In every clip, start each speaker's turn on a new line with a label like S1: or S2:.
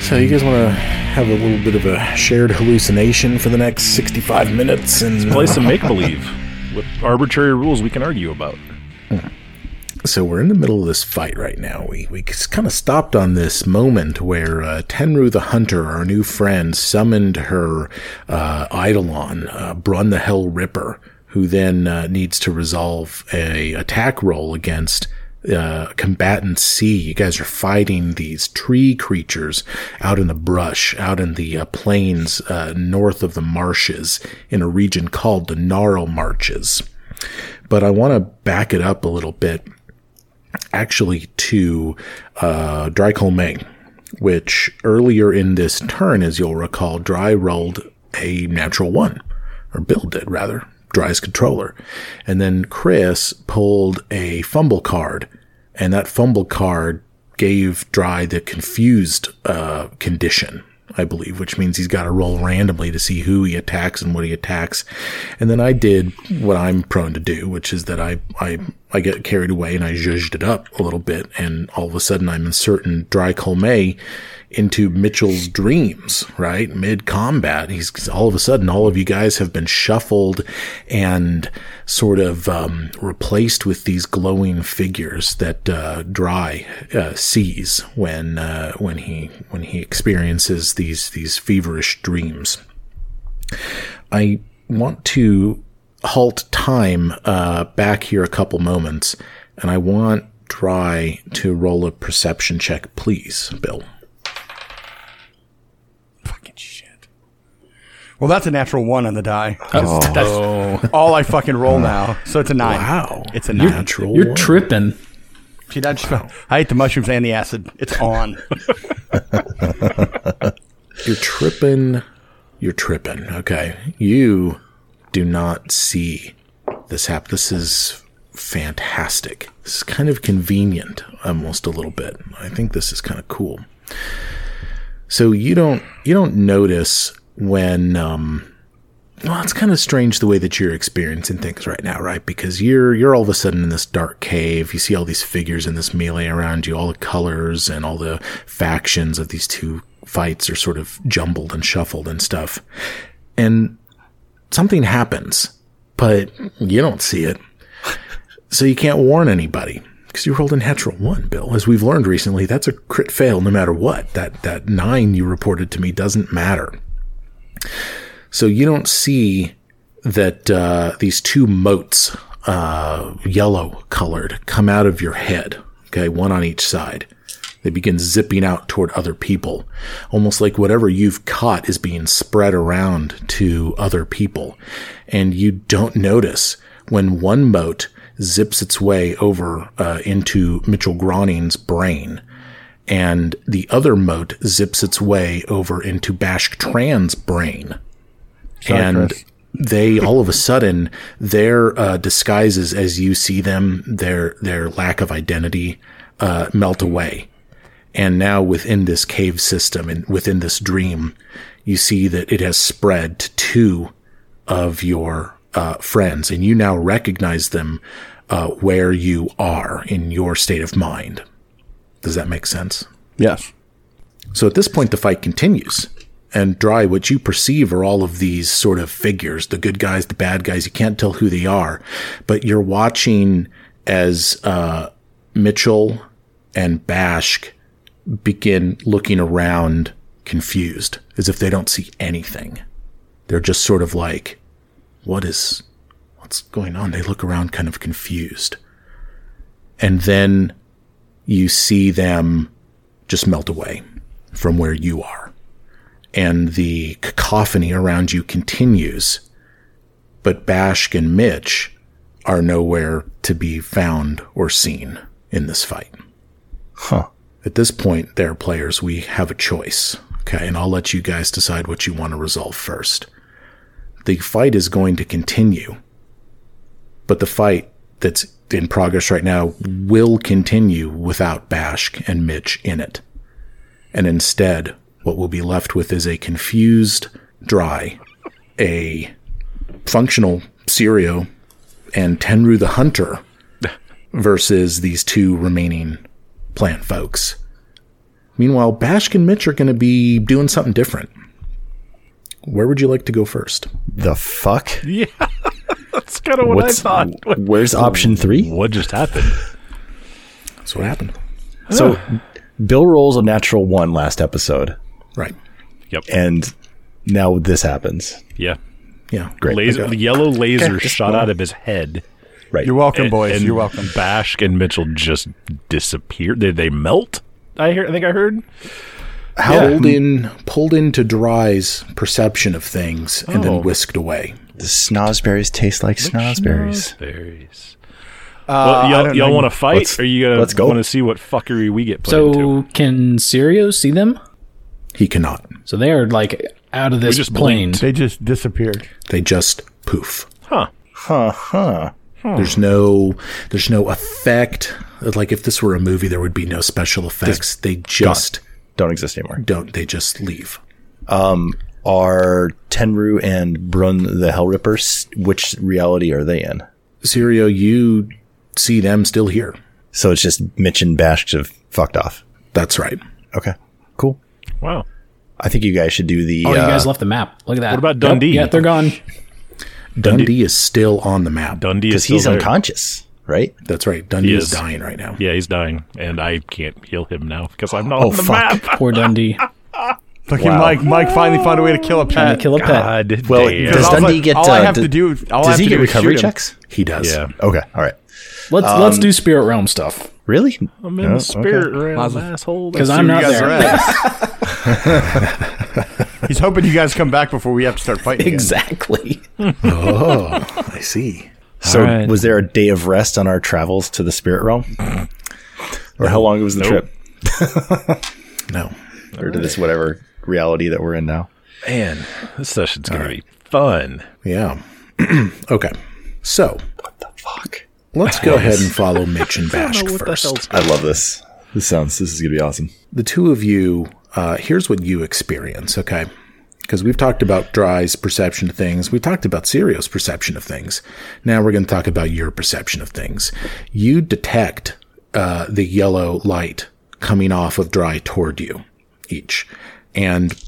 S1: So you guys want to have a little bit of a shared hallucination for the next 65 minutes and
S2: Play some make believe with arbitrary rules we can argue about.
S1: so we're in the middle of this fight right now. We we kind of stopped on this moment where uh, Tenru the Hunter, our new friend, summoned her uh, Eidolon, uh, Brun the Hell Ripper, who then uh, needs to resolve a attack roll against uh, combatant C. You guys are fighting these tree creatures out in the brush, out in the uh, plains uh, north of the marshes, in a region called the Gnarl Marches. But I want to back it up a little bit actually to uh, Dry Meng, which earlier in this turn, as you'll recall, Dry rolled a natural one, or Bill did rather, Dry's controller. And then Chris pulled a fumble card, and that fumble card gave Dry the confused uh, condition. I believe, which means he's got to roll randomly to see who he attacks and what he attacks. And then I did what I'm prone to do, which is that I I, I get carried away and I zhuzhed it up a little bit, and all of a sudden I'm inserting Dry Colmay into Mitchell's dreams, right? Mid combat, he's all of a sudden all of you guys have been shuffled and sort of um, replaced with these glowing figures that uh, Dry uh, sees when uh, when he when he experiences these these feverish dreams. I want to halt time uh, back here a couple moments, and I want Dry to roll a perception check, please, Bill.
S3: Fucking shit. Well, that's a natural one on the die.
S4: Oh.
S3: That's all I fucking roll now. So it's a nine.
S1: Wow.
S3: It's a nine.
S1: Natural
S5: You're
S1: one.
S5: tripping.
S3: See, that just- I ate the mushrooms and the acid. It's on.
S1: You're tripping. You're tripping. Okay. You do not see this happen. This is fantastic. This is kind of convenient, almost a little bit. I think this is kind of cool. So you don't you don't notice when um, well, it's kind of strange the way that you're experiencing things right now, right? Because you're you're all of a sudden in this dark cave. You see all these figures in this melee around you, all the colors and all the factions of these two fights are sort of jumbled and shuffled and stuff. And something happens, but you don't see it. So you can't warn anybody. Because you rolled a natural one, Bill. As we've learned recently, that's a crit fail no matter what. That that nine you reported to me doesn't matter. So you don't see that uh, these two motes, uh, yellow colored, come out of your head. Okay, one on each side. They begin zipping out toward other people, almost like whatever you've caught is being spread around to other people. And you don't notice when one mote zips its way over uh, into Mitchell Groning's brain and the other mote zips its way over into Bashk Tran's brain. and they all of a sudden their uh, disguises as you see them, their their lack of identity uh, melt away. And now within this cave system and within this dream, you see that it has spread to two of your uh, friends, and you now recognize them uh, where you are in your state of mind. Does that make sense?
S3: yes.
S1: So at this point, the fight continues. And Dry, what you perceive are all of these sort of figures the good guys, the bad guys. You can't tell who they are, but you're watching as uh, Mitchell and Bashk begin looking around confused, as if they don't see anything. They're just sort of like, what is, what's going on? They look around kind of confused. And then you see them just melt away from where you are. And the cacophony around you continues. But Bashk and Mitch are nowhere to be found or seen in this fight.
S4: Huh.
S1: At this point, they're players. We have a choice. Okay. And I'll let you guys decide what you want to resolve first. The fight is going to continue. But the fight that's in progress right now will continue without Bashk and Mitch in it and instead what we'll be left with is a confused dry a functional Sirio and tenru the hunter versus these two remaining plant folks Meanwhile, Bashk and Mitch are going to be doing something different. Where would you like to go first?
S4: The fuck?
S2: That's kind of what I thought. What,
S4: Where's option three?
S2: what just happened?
S1: That's what happened.
S4: So Bill rolls a natural one last episode,
S1: Right.
S2: Yep.
S4: and now this happens.
S2: Yeah.
S1: Yeah.
S2: Laser,
S1: Okay.
S2: yellow laser
S1: Okay, just
S2: shot
S1: one.
S2: out of his head.
S4: Right.
S3: You're welcome, boys.
S2: And
S3: You're welcome.
S2: Bashk and Mitchell just disappeared. Did they melt? I hear. I think I heard.
S1: How pulled in pulled into Dry's perception of things and
S2: Oh.
S1: then whisked away.
S4: The snozberries taste like snozberries.
S2: Berries. Uh, well, y'all, y'all want to fight?
S4: Let's-
S2: or you gonna
S4: let's go.
S2: want to see what fuckery we get put into?
S5: So can Sirio see them?
S1: He cannot.
S5: So they are like out of this
S2: just
S5: plane.
S3: They just disappeared.
S1: They just poof.
S2: Huh?
S4: Huh, huh.
S1: There's no there's no effect. Like if this were a movie, there would be no special effects. they just
S4: Don't exist anymore.
S1: don't. They just leave.
S4: Are Tenru and Brun the Hell Rippers? Which reality are they in?
S1: Sirio, you see them still here.
S4: So it's just Mitch and Bash have fucked off.
S1: That's right.
S4: Okay, cool.
S2: Wow.
S4: I think you guys should do the.
S5: Oh,
S4: uh,
S5: you guys left the map. Look at that. What
S2: about Dundee?
S5: yeah, they're gone.
S1: Dundee, is still on the map.
S2: Dundee is
S4: because
S2: still
S4: he's
S2: there.
S4: unconscious, right?
S1: That's right. Dundee is.
S2: is.
S1: dying right now.
S2: Yeah, he's dying, and I can't heal him now because I'm not
S4: Oh,
S2: on the
S4: fuck.
S2: map.
S5: Poor Dundee.
S3: Fucking Mike. Mike finally found a way to kill a
S5: Trying
S3: pet.
S5: to kill a pet.
S2: God
S4: Well,
S2: damn.
S4: does
S3: I was
S4: Dundee
S3: like,
S4: get?
S3: all I
S4: uh,
S3: have to
S4: d-
S3: do? All I
S4: Does
S3: have
S4: he
S3: to
S4: get
S3: do is shoot
S4: recovery
S3: him.
S4: checks?
S1: He does.
S2: yeah,
S4: Okay, all right.
S5: Let's
S4: Um,
S5: let's do spirit realm stuff
S4: Really?
S2: I'm in the spirit realm, asshole.
S5: because
S3: See
S5: I'm
S3: where
S5: not
S3: you guys
S5: there.
S3: are at. He's hoping you guys come back before we have to start fighting. Exactly.
S4: Exactly.
S1: Oh, I see.
S4: So,
S2: All right.
S4: was there a day of rest on our travels to the spirit realm? or how long was the trip?
S1: No.
S4: Or to this whatever reality that we're in now?
S2: Man, this session's gonna be fun.
S1: Yeah. okay. So
S4: Fuck.
S1: let's go ahead and follow Mitch and Bash
S2: What the
S1: first.
S2: hell's
S4: I love this. This sounds, this is going to be awesome.
S1: the two of you, uh, here's what you experience, okay? Because we've talked about Dry's perception of things. We've talked about Sirio's perception of things. Now we're going to talk about your perception of things. You detect uh, the yellow light coming off of Dry toward you each. And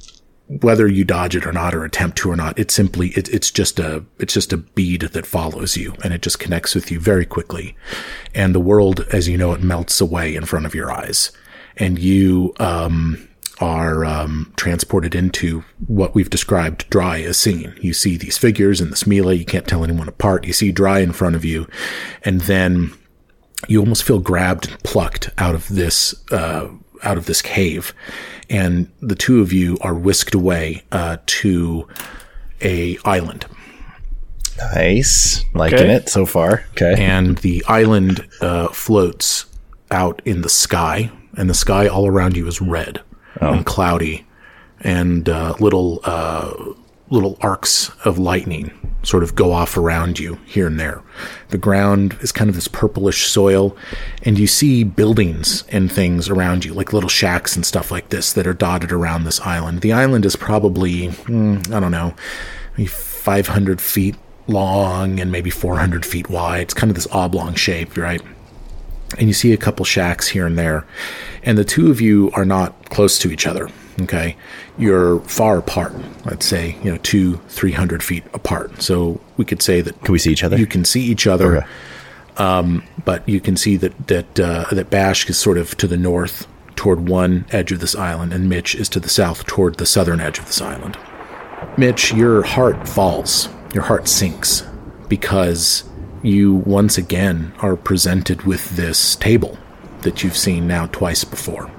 S1: whether you dodge it or not or attempt to or not it's simply it, it's just a it's just a bead that follows you and it just connects with you very quickly and the world as you know it melts away in front of your eyes and you um are um, transported into what we've described dry as seeing. You see these figures in this melee, you can't tell anyone apart. You see dry in front of you, and then you almost feel grabbed and plucked out of this uh, out of this cave, and the two of you are whisked away uh, to a island.
S4: Nice. Liking
S2: Okay.
S4: it so far. Okay.
S1: and the island uh, floats out in the sky, and the sky all around you is red and cloudy, and uh, little uh, little arcs of lightning sort of go off around you here and there. The ground is kind of this purplish soil, and you see buildings and things around you, like little shacks and stuff like this that are dotted around this island. The island is probably mm, I don't know, maybe 500 feet long and maybe 400 feet wide. It's kind of this oblong shape, right? And you see a couple shacks here and there. And the two of you are not close to each other, okay? You're far apart, let's say, you know, two, 300 feet apart. So we could say that
S4: Can we see each other?
S1: you can see each other. Um, but you can see that that uh, that Bashk is sort of to the north toward one edge of this island, and Mitch is to the south toward the southern edge of this island. Mitch, your heart falls, your heart sinks, because you once again are presented with this table that you've seen now twice before.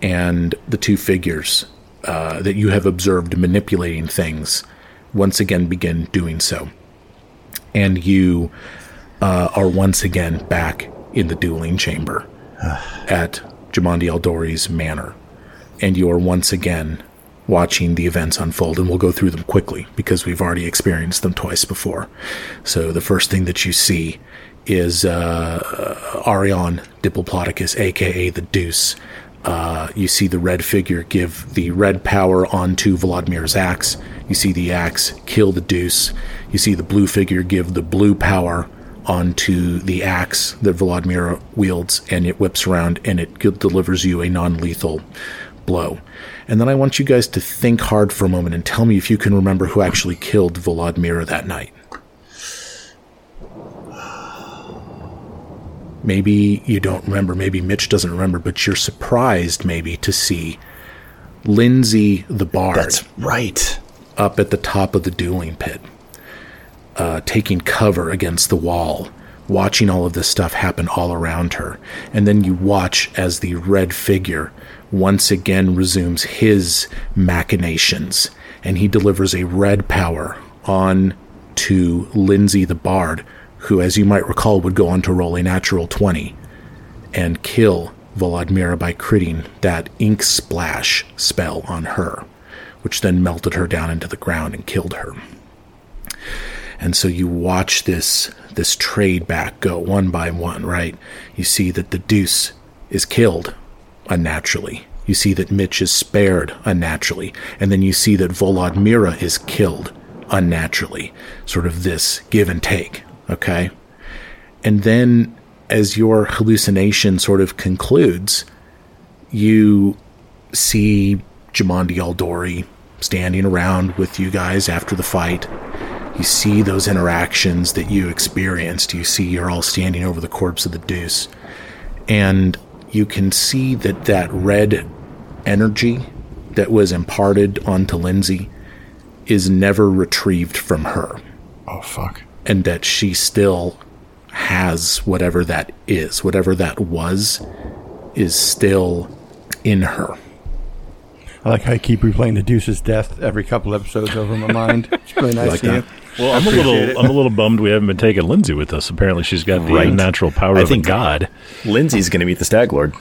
S1: And the two figures uh, that you have observed manipulating things once again begin doing so. And you uh, are once again back in the dueling chamber at Jamandi Eldori's manor and you are once again watching the events unfold. And we'll go through them quickly because we've already experienced them twice before. So the first thing that you see is uh, Arion Diplodocus, aka the Deuce. Uh, you see the red figure give the red power onto Vladimir's axe. You see the axe kill the Deuce. You see the blue figure give the blue power onto the axe that Volodmir wields, and it whips around and it g- delivers you a non lethal blow. And then I want you guys to think hard for a moment and tell me if you can remember who actually killed Volodmir that night. Maybe you don't remember, maybe Mitch doesn't remember, but you're surprised maybe to see Lindsay the Bard
S4: That's right.
S1: up at the top of the dueling pit, uh, taking cover against the wall, watching all of this stuff happen all around her. And then you watch as the red figure once again resumes his machinations and he delivers a red power on to Lindsay the Bard, who, as you might recall, would go on to roll a natural 20 and kill Volodmira by critting that ink splash spell on her, which then melted her down into the ground and killed her. And so you watch this this trade back go one by one, right? You see that the deuce is killed unnaturally. You see that Mitch is spared unnaturally, and then you see that Volodmira is killed unnaturally. Sort of this give and take, okay? And then, as your hallucination sort of concludes, you see Jamandi Aldori standing around with you guys after the fight. You see those interactions that you experienced. You see you're all standing over the corpse of the Deuce. And you can see that that red energy that was imparted onto Lindsay is never retrieved from her
S3: Oh, fuck.
S1: and that she still has whatever that is, whatever that was, is still in her.
S3: I like how you keep replaying the Deuce's death every couple episodes over my mind. It's really nice to you.
S2: Well, I'm a little, I'm a little bummed we haven't been taking Lindsay with us. Apparently, she's got the
S4: Right.
S2: natural power
S4: I
S2: of a
S4: think-
S2: god.
S4: Lindsay's going to meet the Stag Lord.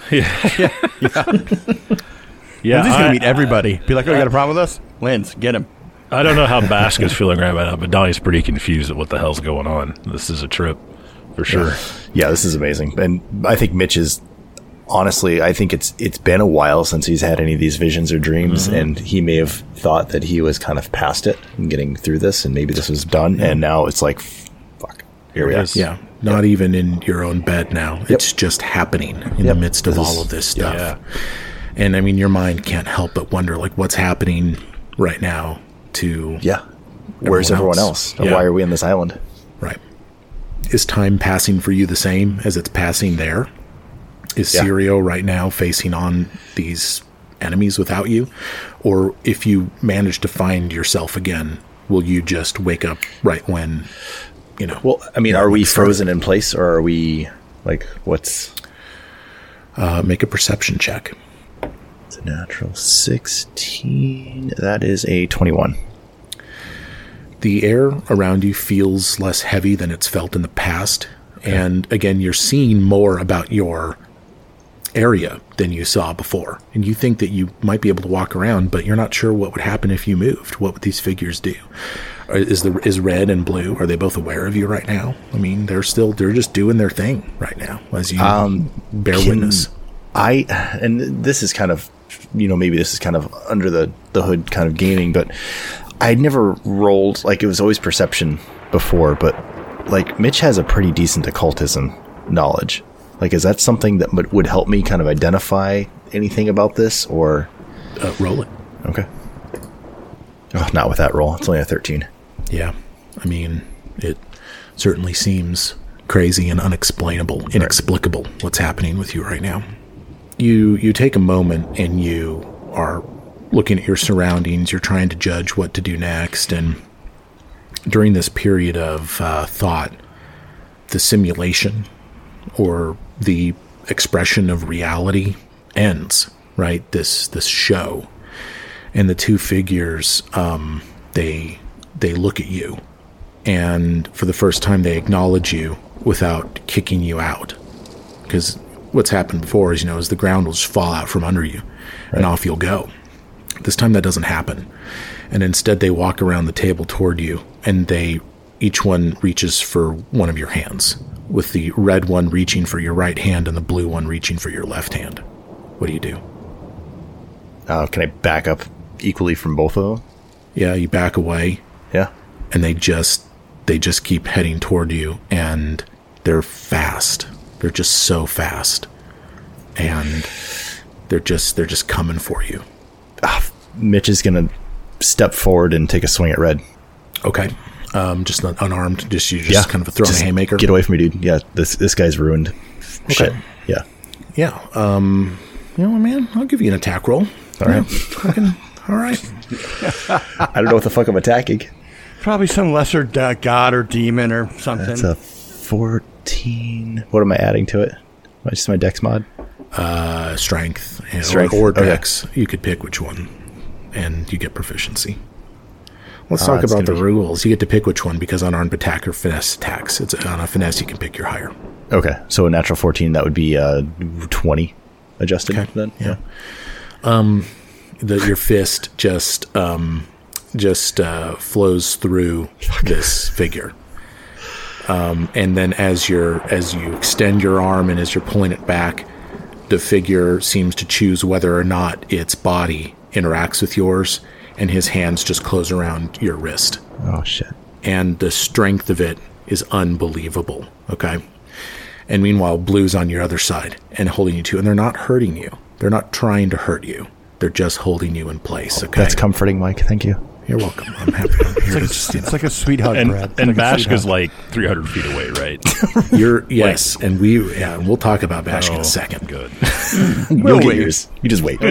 S2: Yeah,
S3: Lindsay's going
S2: I-
S3: to meet everybody. Be like, oh, you got a problem with us? Linz, get him.
S2: I don't know how Basque is feeling right now, but Donnie's pretty confused at what the hell's going on. This is a trip, for sure.
S4: Yeah, this is amazing. And I think Mitch is honestly, I think it's it's been a while since he's had any of these visions or dreams and he may have thought that he was kind of past it and getting through this and maybe this was done and now it's like fuck. Here we are.
S2: Yes.
S1: Yeah. Not even in your own bed now. It's just happening in the midst of all of this stuff. And I mean, your mind can't help but wonder, like, what's happening right now to.
S4: Yeah. Where's
S1: Everyone
S4: everyone
S1: else.
S4: else? And
S2: Yeah.
S4: Why are we on this island?
S1: Right. Is time passing for you the same as it's passing there? Is
S4: Yeah.
S1: Sirio right now facing on these enemies without you? Or if you manage to find yourself again, will you just wake up right when, you know?
S4: Well, I mean, are we frozen in place or are we like what's
S1: uh, make a perception check.
S4: it's a natural 16 that is a 21
S1: The air around you feels less heavy than it's felt in the past. And again, you're seeing more about your area than you saw before. And you think that you might be able to walk around, but you're not sure what would happen if you moved. What would these figures do? Are- Is the is red and blue? Are they both aware of you right now? I mean, they're still they're just doing their thing right now as you bear
S4: Um, can-
S1: witness.
S4: I and this is kind of you know maybe this is kind of under the the hood kind of gaming, but I never rolled like it was always perception before, but like Mitch has a pretty decent occultism knowledge. Like, is that something that would- would help me kind of identify anything about this? Or
S1: Uh, roll it.
S4: okay, oh, not with that roll. It's only a thirteen.
S1: Yeah. I mean, it certainly seems crazy and unexplainable, inexplicable what's happening with you right now. You you take a moment and you are looking at your surroundings, you're trying to judge what to do next and during this period of uh, thought, the simulation or the expression of reality ends, right? This this show and the two figures um, they they look at you and for the first time they acknowledge you without kicking you out because what's happened before is you know is the ground will just fall out from under you and off you'll go this time that doesn't happen and instead they walk around the table toward you and they each one reaches for one of your hands with the red one reaching for your right hand and the blue one reaching for your left hand what do you do
S4: Uh, can I back up equally from both of them?
S1: yeah you back away
S4: Yeah.
S1: and they just they just keep heading toward you and They're fast. They're just so fast, and they're just they're just coming for you.
S4: Ah, Mitch is gonna step forward and take a swing at Red.
S1: Okay, um, just not unarmed. Just you just kind of a throw
S4: Just
S1: a haymaker.
S4: Get away from me, dude. Yeah, this this guy's ruined. Shit. Yeah.
S1: Yeah. Um, you know what, man? I'll give you an attack roll.
S4: All right.
S1: All right.
S4: I don't know what the fuck I'm attacking.
S3: Probably some lesser da- god or demon or something.
S4: It's a 14. What am I adding to it? Am I Just my dex mod.
S1: Uh, strength, and,
S4: Strength,
S1: or, or
S4: okay.
S1: dex. You could pick which one, and you get proficiency. Let's
S4: Ah,
S1: talk
S4: it's
S1: about the
S4: gonna be-
S1: rules. You get to pick which one because unarmed attack or finesse attacks. It's on a finesse you can pick your higher.
S4: Okay, so a natural 14, that would be uh, 20 adjusted
S1: Okay,
S4: then?
S1: yeah. The, your fist just um, just uh, flows through this figure. Um, and then as you as you extend your arm and as you're pulling it back, the figure seems to choose whether or not its body interacts with yours, and his hands just close around your wrist.
S4: Oh, shit.
S1: and the strength of it is unbelievable. Okay. And meanwhile, Blue's on your other side and holding you too, and they're not hurting you. They're not trying to hurt you. They're just holding you in place. Okay.
S4: That's comforting, Mike. Thank you.
S1: You're welcome. I'm happy I'm here. to just, you know,
S3: it's like a sweet hug,
S2: And
S3: Brad. It's
S2: and
S3: like a sweet
S2: Bashka's
S3: hug.
S2: like 300 feet away, right?
S1: you're yes, and we yeah, and we'll talk about Bash in
S2: Oh,
S1: a second.
S2: Good.
S4: You'll get
S3: wait.
S4: yours. You just wait.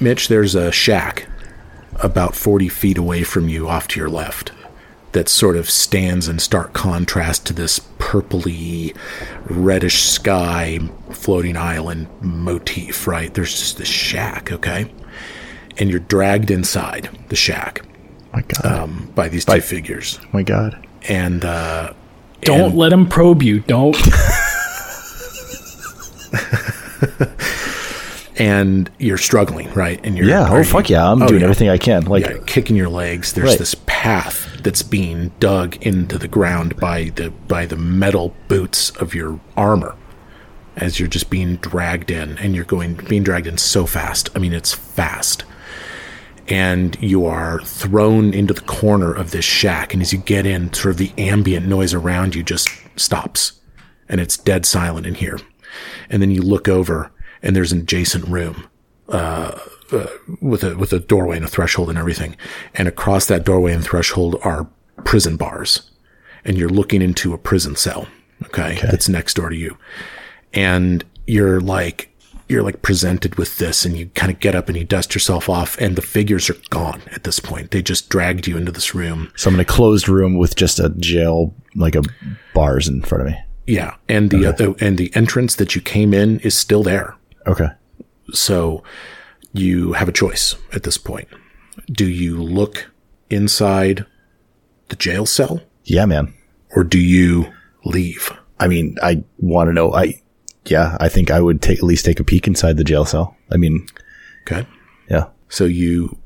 S1: Mitch, there's a shack about 40 feet away from you off to your left that sort of stands in stark contrast to this purpley, reddish sky floating island motif, right? There's just this shack, okay? And you're dragged inside the shack um,
S4: my God.
S1: by these two figures.
S4: my God.
S1: And uh,
S5: Don't
S1: and-
S5: let him probe you. Don't.
S1: and you're struggling, right? And you're
S4: Yeah.
S1: are
S4: Oh, fuck
S1: you-
S4: yeah. I'm
S1: Oh,
S4: doing
S1: yeah.
S4: everything I can. Like,
S1: yeah, kicking your legs. There's
S4: Right.
S1: this path that's being dug into the ground by the by the metal boots of your armor as you're just being dragged in and you're going being dragged in so fast. I mean, it's fast. And you are thrown into the corner of this shack and as you get in, sort of the ambient noise around you just stops and it's dead silent in here. And then you look over and there's an adjacent room with a with a doorway and a threshold and everything. And across that doorway and threshold are prison bars. And you're looking into a prison cell, okay, that's next door to you. And you're like you're like presented with this and you kind of get up and you dust yourself off and the figures are gone at this point. They just dragged you into this room
S4: so I'm in a closed room with just a jail, like a bars in front of me.
S1: Yeah, and the uh, and the entrance that you came in is still there.
S4: Okay.
S1: So you have a choice at this point. Do you look inside the jail cell
S4: Yeah, man.
S1: or do you leave?
S4: I mean, I want to know. I, yeah, I think I would take at least take a peek inside the jail cell. I mean,
S1: Okay.
S4: yeah.
S1: So you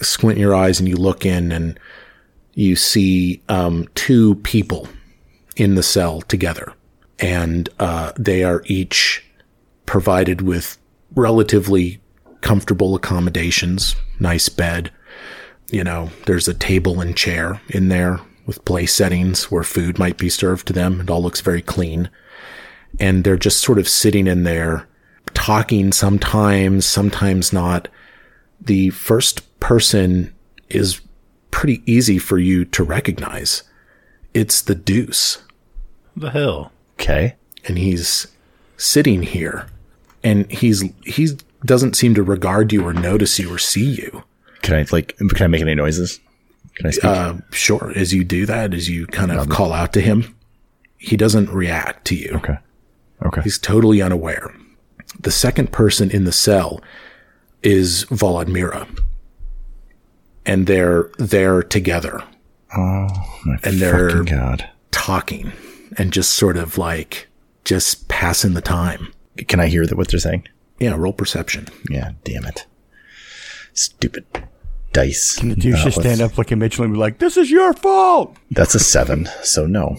S1: squint your eyes and you look in and you see um, two people in the cell together. And uh, they are each provided with relatively comfortable accommodations, nice bed. You know, there's a table and chair in there with place settings where food might be served to them. It all looks very clean. And they're just sort of sitting in there talking sometimes, sometimes not the first person is pretty easy for you to recognize. It's the deuce,
S2: the hell?
S4: Okay.
S1: and he's sitting here, and he's he doesn't seem to regard you or notice you or see you.
S4: Can I like? Can I make any noises? Can I speak?
S1: Uh, sure, as you do that, as you kind of call out to him, he doesn't react to you.
S4: okay. Okay.
S1: He's totally unaware. The second person in the cell is Volodmira. And they're they're together
S4: My
S1: and they're-
S4: fucking God.
S1: talking and just sort of like just passing the time.
S4: Can I hear that what they're saying?
S1: Yeah, roll perception.
S4: Yeah, damn it. Stupid dice.
S3: The douche
S4: Uh,
S3: just
S4: let's-
S3: stand up, look at Mitchell, and be like, "This is your fault."
S4: That's a seven, so no.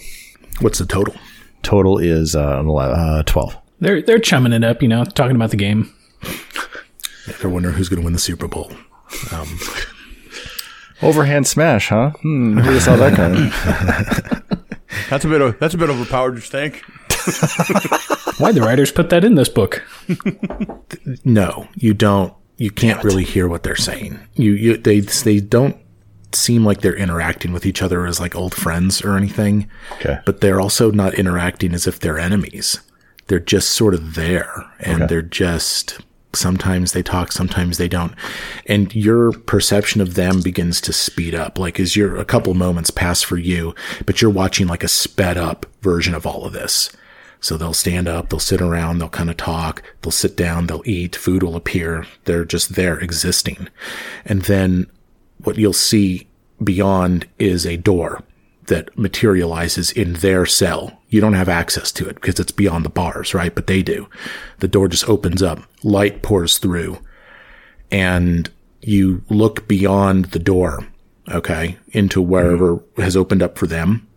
S1: What's the total?
S4: Total is uh, an 11, uh, 12.
S5: they're they're chumming it up, you know, talking about the game.
S1: They're wondering who's going to win the Super Bowl.
S4: Overhand smash, huh? Hmm, who saw that coming?
S3: That's a bit. Of, that's a bit overpowered. You think?
S5: Why'd the writers put that in this book?
S1: No, you don't. You can't really hear what they're saying. You, you they they don't seem like they're interacting with each other as like old friends or anything.
S4: Okay.
S1: But they're also not interacting as if they're enemies. They're just sort of there and they're just sometimes they talk, sometimes they don't. And your perception of them begins to speed up. Like as your a couple moments pass for you, but you're watching like a sped up version of all of this. So they'll stand up, they'll sit around, they'll kind of talk, they'll sit down, they'll eat, food will appear. They're just there existing. And then what you'll see beyond is a door that materializes in their cell. You don't have access to it because it's beyond the bars, right? But they do. The door just opens up, light pours through, and you look beyond the door, okay, into wherever has opened up for them.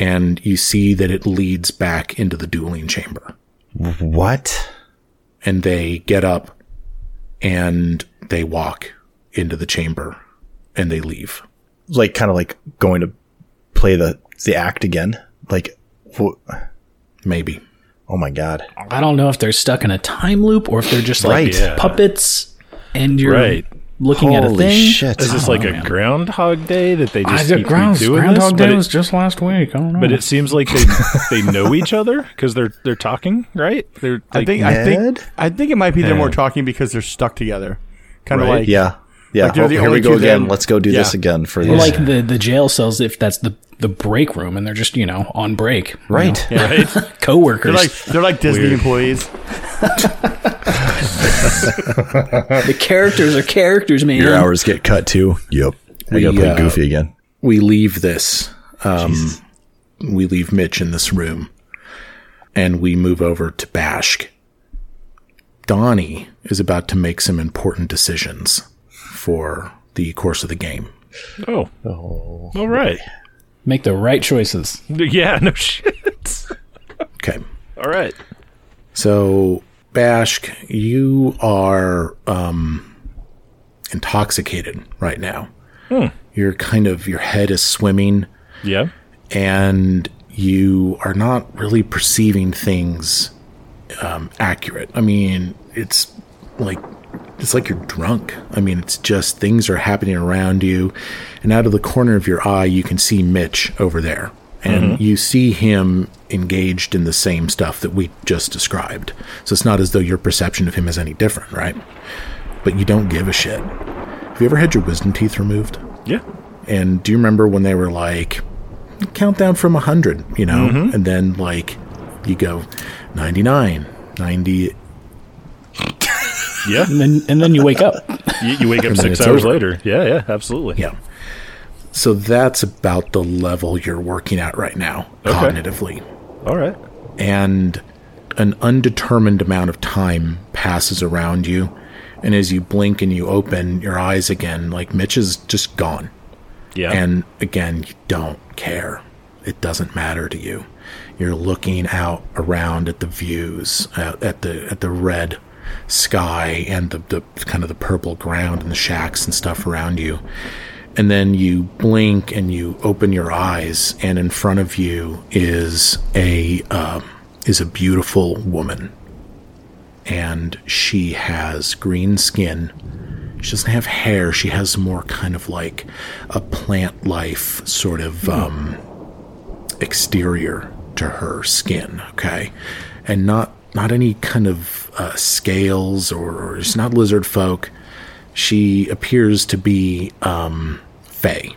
S1: And you see that it leads back into the dueling chamber
S4: What?
S1: and they get up and they walk into the chamber and they leave.
S4: Like kind of like going to play the the act again. Like, wh-
S1: Maybe.
S4: oh my god.
S5: I don't know if they're stuck in a time loop or if they're just like
S4: Right. Yeah.
S5: puppets and you're
S2: Right.
S5: looking at a
S4: Holy
S5: thing.
S4: shit!
S2: Is this like a Groundhog Day that they just keep redoing this? But it-
S5: just last week. I don't know.
S2: But it seems like they they know each other because they're they're talking, right? They're
S3: I
S2: like,
S3: think. I think.
S4: Ned?
S3: I think it might be they're more
S2: Yeah.
S3: talking because they're stuck together. Kind of
S2: Right,
S3: like
S4: Yeah. Yeah.
S3: Like, they're
S4: Oh,
S3: the
S4: here
S3: only
S4: we go
S3: two
S4: again.
S3: then-
S4: Let's go do
S3: Yeah.
S4: this again for
S5: Or
S4: this.
S5: like the, the jail cells if that's the the break room and they're just you know on break you
S4: right.
S5: know,
S3: They're
S5: coworkers
S3: like they're like Disney employees.
S5: the characters are characters man
S4: Your hours get cut too. Yep. We gotta play
S1: uh,
S4: Goofy again.
S1: We leave this. Um, we leave Mitch in this room and we move over to Bashk. Donnie is about to make some important decisions for the course of the game.
S2: oh, all right,
S5: make the right choices
S2: yeah, no shit.
S1: Okay.
S2: All right,
S1: So, Bashk, you are um, intoxicated right now.
S2: Hmm.
S1: You're kind of, your head is swimming
S2: yeah,
S1: and you are not really perceiving things um, accurate. I mean, it's like it's like you're drunk. I mean, it's just things are happening around you, and out of the corner of your eye, you can see Mitch over there, and you see him engaged in the same stuff that we just described. So it's not as though your perception of him is any different, right? But you don't give a shit. Have you ever had your wisdom teeth removed?
S2: yeah.
S1: And do you remember when they were like, countdown from 100, you know? And then, like, you go 99, 90.
S2: Yeah,
S5: and then and then you wake up
S2: you, you wake up
S1: then
S2: six
S1: it's
S2: hours
S1: over.
S2: later. Yeah, yeah, absolutely.
S1: Yeah. So that's about the level you're working at right now,
S2: Okay.
S1: cognitively.
S2: All right.
S1: and an undetermined amount of time passes around you. And as you blink and you open your eyes again, like Mitch is just gone.
S2: Yeah.
S1: And again, you don't care. It doesn't matter to you. You're looking out around at the views, at, at the at the red sky and the, the kind of the purple ground and the shacks and stuff around you. And then you blink and you open your eyes, and in front of you is a um, is a beautiful woman, and she has green skin. She doesn't have hair. She has more kind of like a plant life sort of
S2: Hmm.
S1: um, exterior to her skin. Okay, and not not any kind of uh, scales or, or she's not lizard folk. She appears to be um, Fey,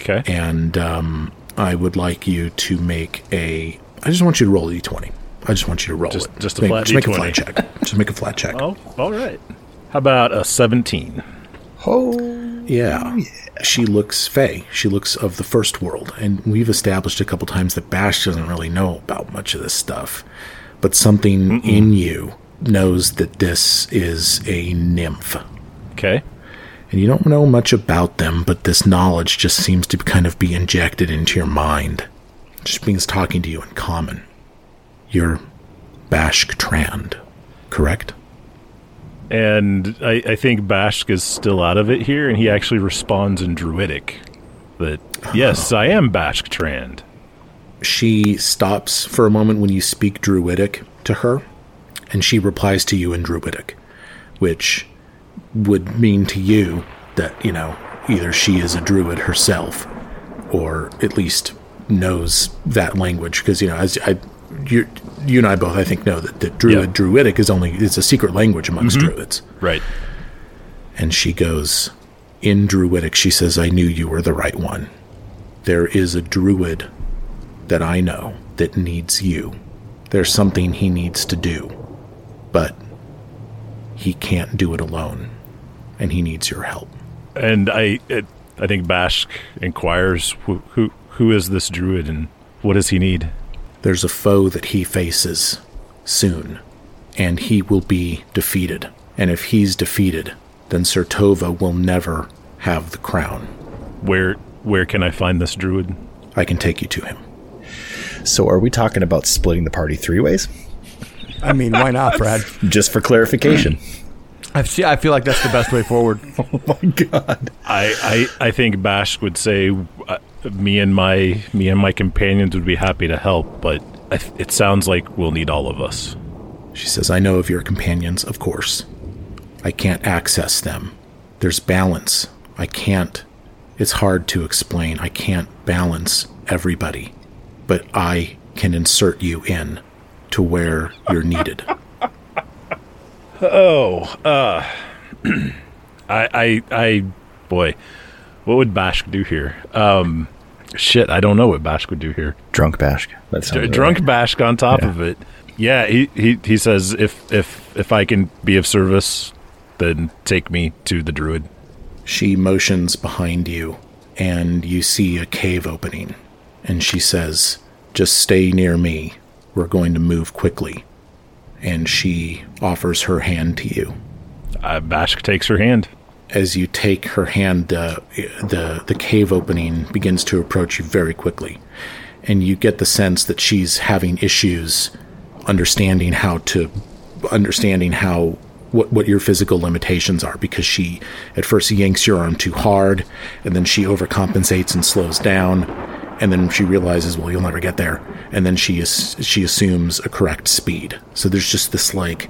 S2: okay.
S1: and um, I would like you to make a. I just want you to roll a d20. I just want you to roll
S2: Just-
S1: it.
S2: just a
S1: make,
S2: flat
S1: just make a
S2: D20.
S1: flat check. Just make a flat check.
S2: oh, all right. How about a seventeen?
S1: Yeah. She looks fey. She looks of the first world. And we've established a couple times that Bash doesn't really know about much of this stuff. But something in you knows that this is a nymph.
S2: Okay.
S1: And you don't know much about them, but this knowledge just seems to kind of be injected into your mind. Just means talking to you in common. You're Bashk Trand, correct?
S2: And I, I think Bashk is still out of it here, and he actually responds in Druidic that yes, I am Bashk Trand.
S1: she stops for a moment when you speak Druidic to her, and she replies to you in Druidic, which would mean to you that, you know, either she is a druid herself or at least knows that language because you know as I you you and I both I think know that, that druid
S2: Yeah.
S1: druidic is only it's a secret language amongst druids
S2: Right.
S1: and she goes in druidic she says I knew you were the right one there is a druid that I know that needs you there's something he needs to do but he can't do it alone and he needs your help
S2: And I, it, I think Bashk inquires who, who who is this druid and what does he need?
S1: There's a foe that he faces soon, and he will be defeated. And if he's defeated, then Sertova will never have the crown.
S2: Where where can I find this druid?
S1: I can take you to him.
S4: So are we talking about splitting the party three ways?
S3: I mean, why not, Brad?
S4: Just for clarification.
S3: I see. I feel like that's the best way forward.
S4: oh my god.
S2: I, I, I think Bashk would say uh, me and my me and my companions would be happy to help, but I th- it sounds like we'll need all of us.
S1: She says, I know of your companions, of course. I can't access them. There's balance. I can't. It's hard to explain. I can't balance everybody. But I can insert you in to where you're needed.
S2: Oh, uh, I, I, I, boy, what would Bashk do here? Um, shit, I don't know what Bashk would do here.
S4: Drunk Bashk. That's
S2: Dr- drunk Bashk on top of it. Yeah, he, he he says if if if I can be of service, then take me to the druid.
S1: She motions behind you, and you see a cave opening. And she says, Just stay near me. We're going to move quickly. And she offers her hand to you.
S2: Uh, Bashk takes her hand.
S1: As you take her hand, the, the, the cave opening begins to approach you very quickly. And you get the sense that she's having issues understanding how to understanding how what, what your physical limitations are because she at first yanks your arm too hard and then she overcompensates and slows down and then she realizes well you'll never get there and then she is she assumes a correct speed so there's just this like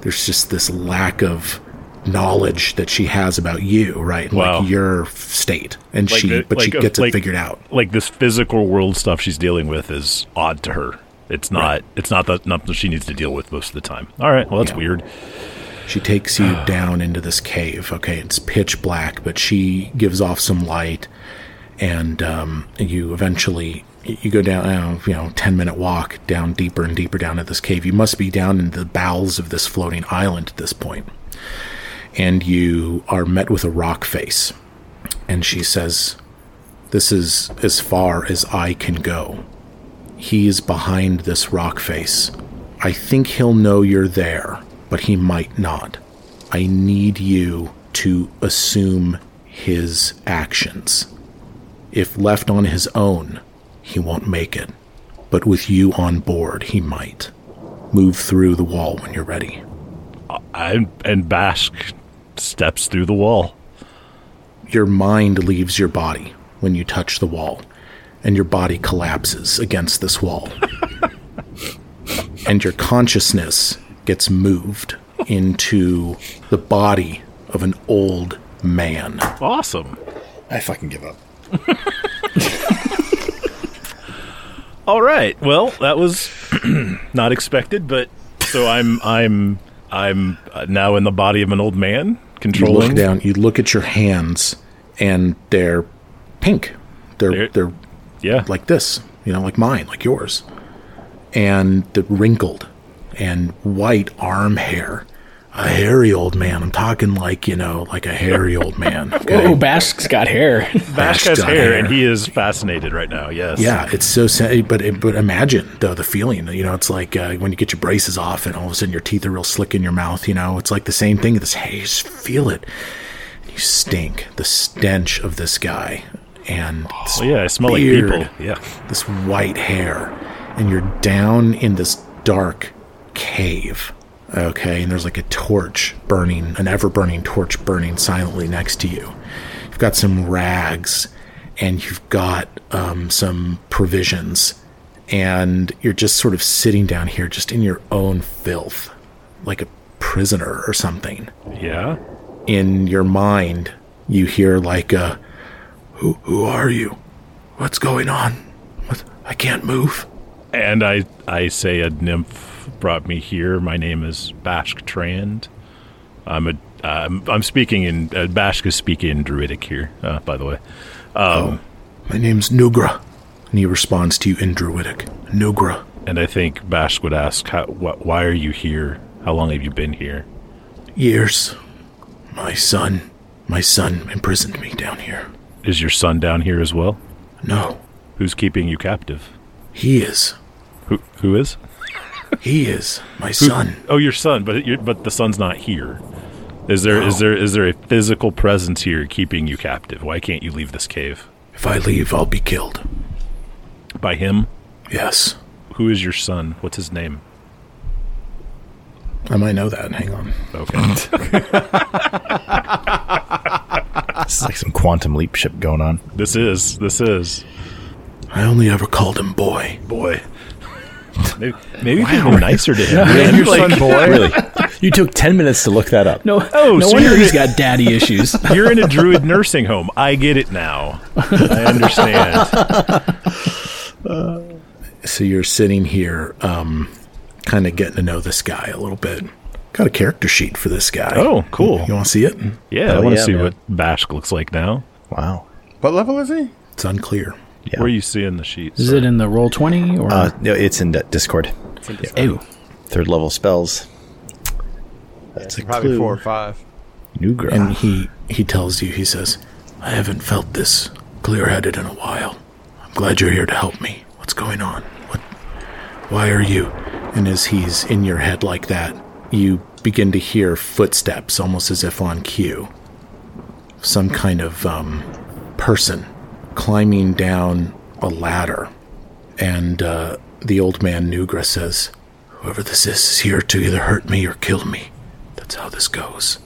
S1: there's just this lack of knowledge that she has about you right
S2: Wow.
S1: like your state and she
S2: the-
S1: but she
S2: like, uh,
S1: gets it
S2: like-
S1: figured out
S2: Like this physical world stuff she's dealing with is odd to her. It's not. It's not that nothing she needs to deal with most of the time. All right. Well, that's weird.
S1: She takes you down into this cave. Okay, it's pitch black, but she gives off some light, and um, you eventually you go down, uh, you know, ten minute walk down deeper and deeper down into this cave. You must be down in the bowels of this floating island at this point, and you are met with a rock face, and she says, "This is as far as I can go. He is behind this rock face." I think he'll know you're there, but he might not. I need you to assume his actions. If left on his own, he won't make it. But with you on board, he might. Move through the wall when you're ready.
S2: And and Bashk steps through the wall.
S1: Your mind leaves your body when you touch the wall, and your body collapses against this wall. and your consciousness gets moved into the body of an old man.
S2: Awesome.
S4: I fucking give up.
S2: All right. Well, that was not expected, but so I'm I'm I'm uh, now in the body of an old man
S1: You look
S2: controlling.
S1: down, you look at your hands, and they're pink.
S2: They're-
S1: They're, they're
S2: Yeah.
S1: like this, you know, like mine, like yours. And the wrinkled and white arm hair. A hairy old man. I'm talking like, you know, like a hairy old man. okay?
S5: Oh, Bashk's got hair.
S2: Bash
S1: Bashk's
S2: has
S1: got
S2: hair,
S1: hair.
S2: and he is fascinated right now. Yes.
S1: Yeah, it's so sad. But but imagine though the feeling. You know, it's like uh, when you get your braces off, and all of a sudden your teeth are real slick in your mouth. You know, it's like the same thing. This hey, you just feel it. You stink. The stench of this guy, and this
S2: Oh, yeah. I smell
S1: beard,
S2: like people. Yeah.
S1: This white hair, and you're down in this dark cave. Okay, and there's like a torch burning, an ever burning torch burning silently next to you. You've got some rags and you've got um, some provisions and you're just sort of sitting down here, just in your own filth, like a prisoner or something.
S2: Yeah.
S1: In your mind, you hear like a, "Who who are you? What's going on? What, I can't move."
S2: And I, I say a nymph brought me here. My name is Bashk Trand. I'm a. I'm, I'm speaking in uh, Bashk is speaking in Druidic here, uh, by the way.
S1: My name's Nugra, and he responds to you in Druidic. Nugra.
S2: And I think Bashk would ask, How, wh- "Why are you here? How long have you been here?"
S1: years. My son, my son imprisoned me down here.
S2: Is your son down here as well?
S1: No,
S2: Who's keeping you captive?
S1: he is.
S2: Who who is?
S1: He is my son.
S2: Oh, your son, but you but the son's not here. Is there is
S1: No.
S2: there is there a physical presence here keeping you captive? Why can't you leave this cave?
S1: If I leave, I'll be killed.
S2: By him?
S1: Yes.
S2: Who is your son? What's his name?
S1: I might know that. Hang on.
S2: Okay.
S4: This is like some quantum leap ship going on.
S2: this is this is
S1: I only ever called him boy.
S2: boy. Maybe, maybe people are nicer to him. man.
S3: Your
S2: Like,
S3: son, boy.
S4: Really? you took 10 minutes to look that up.
S5: No,
S2: Oh,
S5: no
S2: so
S5: wonder
S2: you're-
S5: he's got daddy issues.
S2: You're in a druid nursing home. I get it now. I understand.
S1: So you're sitting here, um, kind of getting to know this guy a little bit. Got a character sheet for this guy.
S2: Oh, cool.
S1: You want to see it?
S2: Yeah, I
S4: Oh,
S2: want to
S4: yeah,
S2: see
S4: man.
S2: what Bashk looks like now.
S4: Wow.
S3: What level is he?
S1: It's unclear.
S4: Yeah.
S2: Where are you seeing the sheets?
S5: Is it in the roll twenty or?
S4: Uh, no, it's in that Discord.
S5: Ew.
S4: Third level spells. That's a
S3: Probably
S4: clue.
S3: four or five.
S4: New girl.
S1: And he he tells you. He says, "I haven't felt this clear-headed in a while. I'm glad you're here to help me. What's going on? What? Why are you?" And as he's in your head like that, you begin to hear footsteps, almost as if on cue. Some kind of um, person climbing down a ladder, and uh, the old man Nugra says, "Whoever this is is here to either hurt me or kill me. That's how this goes."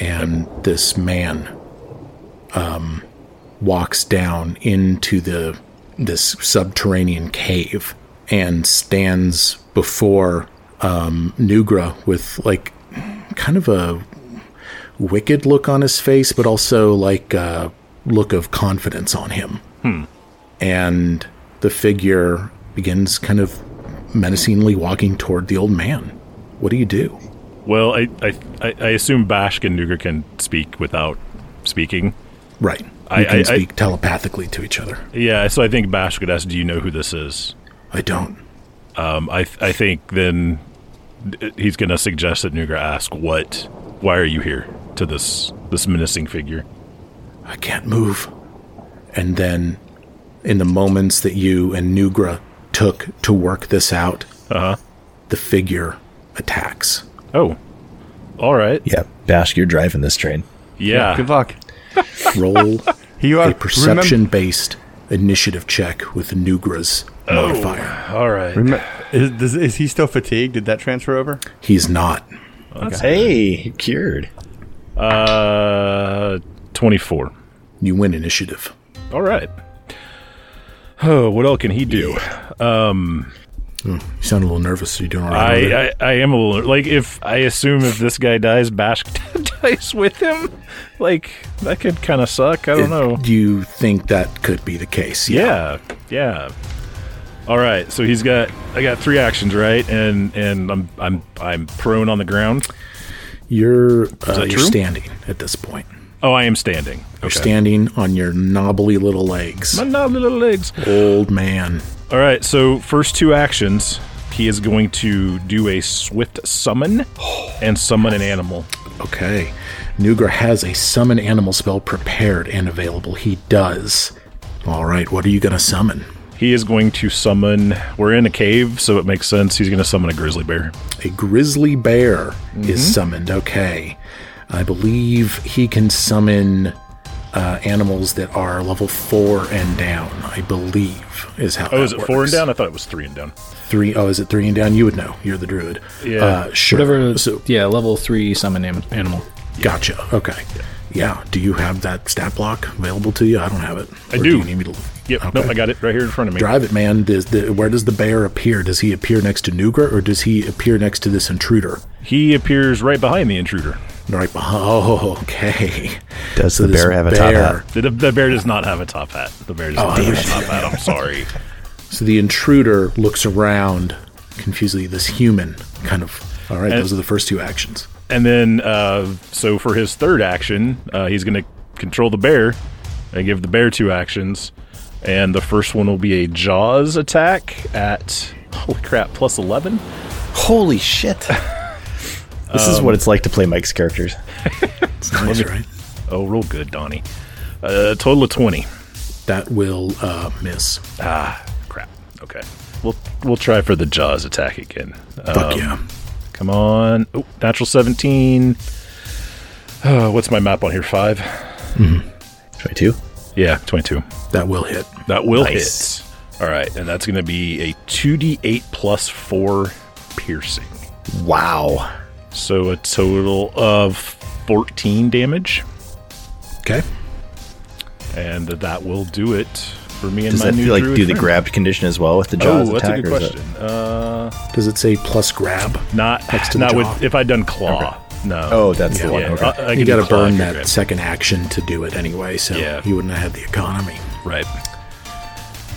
S1: and this man um, walks down into the this subterranean cave and stands before um, Nugra with like kind of a wicked look on his face, but also like a look of confidence on him. And the figure begins kind of menacingly walking toward the old man. What do you do?
S2: Well, I, I, I I assume Bashk and Nuger can speak without speaking.
S1: Right.
S2: I-
S1: You can
S2: I- I-
S1: speak telepathically to each other.
S2: Yeah, so I think Bashk would ask, "Do you know who this is?"
S1: I don't.
S2: Um, I I think then d- he's going to suggest that Nuger ask, "What? Why are you here?" to this this menacing figure.
S1: I can't move. And then, in the moments that you and Nugra took to work this out,
S2: Uh huh.
S1: the figure attacks.
S2: Oh, all right.
S4: yeah, Bash, you're driving this train.
S2: Yeah.
S3: Good luck.
S1: Roll
S3: He are
S1: a perception based initiative check with Nugra's
S2: Oh.
S1: modifier.
S2: All right.
S3: Remem- is, does, is he still fatigued? Did that transfer over?
S1: He's not.
S4: Hey, you're cured.
S2: Uh, twenty four.
S1: You win initiative.
S2: All right. Oh, what all can he do?
S1: You sound a little nervous. Are you doing all right? over there?
S2: I, I I am a little like if I assume if this guy dies, Bash dies with him. Like that could kind of suck. I don't know.
S1: Do you think that could be the case?
S2: Yeah, yeah. All right, so he's got I got three actions right, and and I'm I'm I'm prone on the ground.
S1: You're, uh,
S2: that
S1: you're
S2: true?
S1: standing at this point.
S2: Oh, I am standing.
S1: You're standing on your knobbly little legs.
S2: My knobbly little legs.
S1: Old man.
S2: All right, so first two actions, he is going to do a swift summon and summon an animal.
S1: Okay. Nugra has a summon animal spell prepared and available. He does. All right, what are you going to summon?
S2: He is going to summon. We're in a cave, so it makes sense. He's going to summon a grizzly bear.
S1: A grizzly bear
S2: Mm-hmm.
S1: is summoned. Okay. I believe he can summon uh, animals that are level four and down, I believe, is how
S2: Oh,
S1: that
S2: is it four and
S1: works.
S2: down? I thought it was three and down.
S1: Three, oh, is it three and down? You would know. You're the druid.
S2: Yeah.
S1: Uh, sure.
S5: Whatever.
S1: So,
S5: yeah, level three summon anim- animal.
S1: gotcha. Okay. Yeah. Do you have that stat block available to you? I don't have it.
S2: I
S1: Or
S2: do.
S1: you need me to
S2: Yep. Nope. I got it right here in front of me.
S1: Drive it, man. Does the, where does the bear appear? Does he appear next to Nugra or does he appear next to this intruder?
S2: He appears right behind the intruder.
S1: Right behind. Oh, okay.
S4: Does the
S1: this
S4: bear have a top hat?
S2: The, the bear does not have a top hat. The bear
S1: Oh,
S2: does not have a top hat. I'm sorry.
S1: So the intruder looks around confusedly. This human kind of. All right, those are the first two actions.
S2: And then, uh, so for his third action, uh, he's going to control the bear and give the bear two actions. And the first one will be a Jaws attack at, holy crap, plus 11.
S4: Holy shit. this is what it's like to play Mike's characters.
S1: It's nice, right?
S2: Oh, real good, Donnie. Uh, total of 20.
S1: That will uh, miss.
S2: Ah, crap. Okay. We'll, we'll try for the Jaws attack again. Uh,
S4: Um,
S1: Fuck yeah.
S2: Come on. Oh, natural 17. Uh, what's my map on here? Five?
S4: 22.
S2: Yeah, 22.
S1: That will hit.
S2: That will
S4: Nice.
S2: hit. All right, and that's going to be a 2d8 plus 4 piercing.
S4: Wow.
S2: So a total of 14 damage,
S1: Okay.
S2: and that will do it for me and
S4: Does
S2: my
S4: that
S2: new
S4: feel like
S2: druid
S4: do the
S2: friend.
S4: grab condition as well with the
S2: Oh,
S4: jaws
S2: that's
S4: attack?
S2: a good
S4: or is
S2: question. Uh,
S1: Does it say plus grab?
S2: not
S1: Next to the
S2: not
S1: jaw.
S2: with if I'd done claw. No.
S4: That, oh, that's
S2: yeah.
S4: the one. Okay.
S2: I- I
S1: you
S2: can do
S1: got to
S2: claw
S1: burn
S2: if you're
S1: that
S2: grabbed.
S1: second action to do it anyway, so
S2: Yeah.
S1: you wouldn't have had the economy.
S2: right.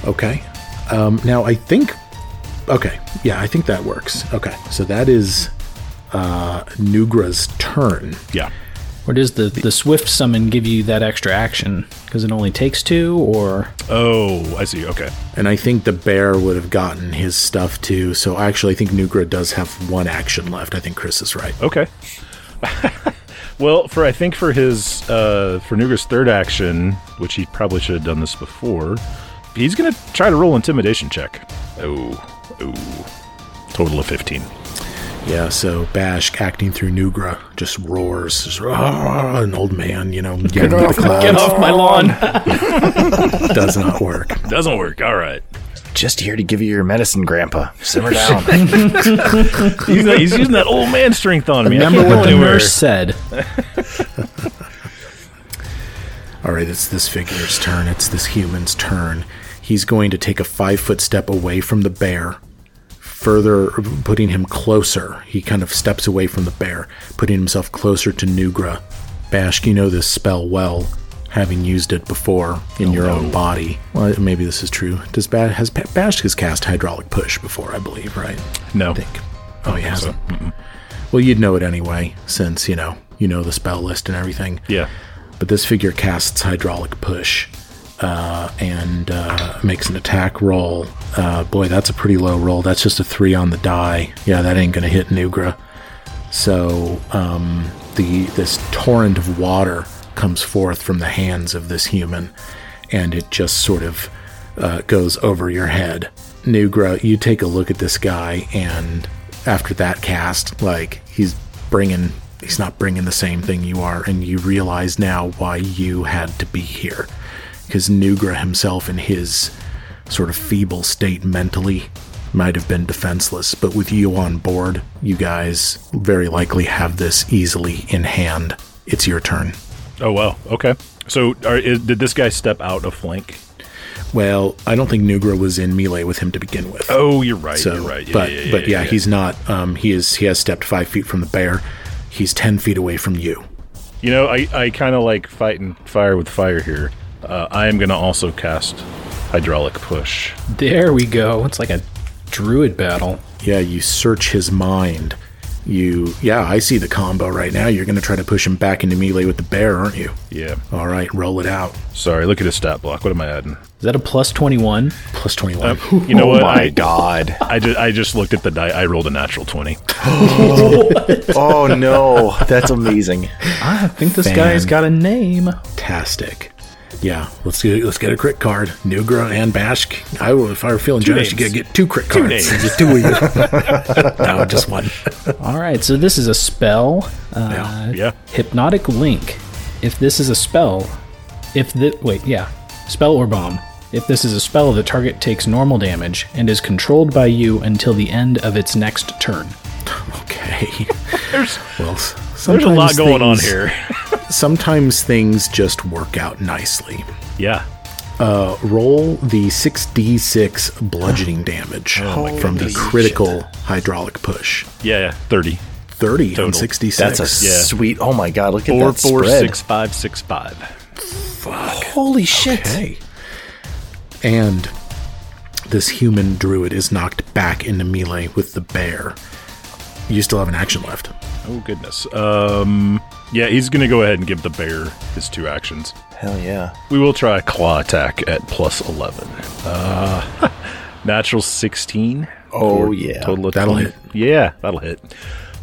S1: Okay. Um, now I think. Okay. Yeah, I think that works. Okay. So that is uh, Nugra's turn.
S2: Yeah.
S5: Or does the, the swift summon give you that extra action? Because it only takes two, or
S2: Oh, I see. Okay.
S1: And I think the bear would have gotten his stuff too. So actually, I think Nugra does have one action left. I think Chris is right.
S2: Okay. well, for I think for his uh, for Nugra's third action, which he probably should have done this before, he's gonna try to roll intimidation check. Oh, oh, total of fifteen.
S1: Yeah, so Bash acting through Nugra just roars. Just, "Ah," an old man, you know, yelling at the
S5: get
S1: clouds.
S5: off my lawn.
S1: Does not work.
S2: Doesn't work. All right.
S4: Just here to give you your medicine, Grandpa. Simmer down.
S2: He's, not- he's using that old man strength on me. I
S5: Remember
S2: can't
S5: what
S2: go
S5: the
S2: anywhere.
S5: nurse said.
S1: All right, it's this figure's turn. It's this human's turn. He's going to take a five foot step away from the bear, further putting him closer. He kind of steps away from the bear, putting himself closer to Nugra. Bashk, you know this spell well, having used it before in
S2: Oh,
S1: your own body. Well, maybe this is true. Does ba- has pa- Bashk has cast hydraulic push before? I believe, right?
S2: No.
S1: think. Oh, he hasn't. Well, you'd know it anyway, since you know you know the spell list and everything.
S2: Yeah.
S1: But this figure casts hydraulic push uh, and uh, makes an attack roll. Uh, boy, that's a pretty low roll. That's just a three on the die. Yeah, that ain't gonna hit Nugra. So um, the this torrent of water comes forth from the hands of this human, and it just sort of uh, goes over your head. Nugra, you take a look at this guy, and after that cast, like he's bringing, he's not bringing the same thing you are, and you realize now why you had to be here, because Nugra himself in his sort of feeble state mentally might have been defenseless, but with you on board, you guys very likely have this easily in hand. It's your turn.
S2: Oh wow. Okay. So are, is, did this guy step out of flank?
S1: Well, I don't think Nugra was in melee with him to begin with.
S2: Oh, you're right.
S1: so,
S2: you're right. Yeah,
S1: but
S2: yeah, yeah,
S1: but yeah, he's not. Um, he is. He has stepped five feet from the bear. He's ten feet away from you.
S2: You know, I, I kind of like fighting fire with fire here. Uh, I am going to also cast hydraulic push.
S5: There we go. It's like a druid battle.
S1: Yeah, you search his mind. You yeah, I see the combo right now. You're going to try to push him back into melee with the bear, aren't you?
S2: Yeah.
S1: All right, roll it out.
S2: Sorry, look at his stat block. What am I adding?
S5: Is that a plus 21?
S1: Plus twenty one.
S2: You know
S4: oh
S2: what?
S4: my
S2: I,
S4: god.
S2: I, ju- I just looked at the die. I rolled a natural 20.
S4: Oh no. That's amazing.
S5: I think this
S1: guy's
S5: guy's got a name.
S1: fantastic. Yeah, let's get let's get a crit card. Nugra and Bashk. I will, if I were feeling generous, you
S2: names.
S1: gotta get two crit cards.
S2: names.
S1: Just two of you. no, just one.
S5: All right, so this is a spell. Uh,
S2: Yeah.
S5: Hypnotic Link. If this is a spell, if the wait, yeah, spell or bomb. If this is a spell, the target takes normal damage and is controlled by you until the end of its next turn.
S1: Okay.
S2: There's,
S1: Well,
S2: there's a lot going on
S1: things-
S2: here.
S1: Sometimes things just work out nicely.
S2: Yeah.
S1: Uh, roll the 6d6 bludgeoning damage
S2: Oh
S1: from the critical hydraulic push.
S2: Yeah, yeah, 30.
S1: 30 on
S2: Total.
S1: 66.
S4: That's a
S2: Yeah.
S4: sweet. Oh my god! Look at
S2: Four,
S4: that
S2: four,
S4: spread.
S2: six, five, six, five.
S4: Holy shit!
S1: Okay. And this human druid is knocked back into melee with the bear. You still have an action left.
S2: Oh goodness. Um, yeah, he's gonna go ahead and give the bear his two actions.
S4: Hell yeah!
S2: We will try claw attack at plus eleven. Uh, natural sixteen.
S4: Oh
S2: for
S4: yeah!
S2: Total of
S1: That'll
S2: 20
S1: hit.
S2: Yeah, that'll hit.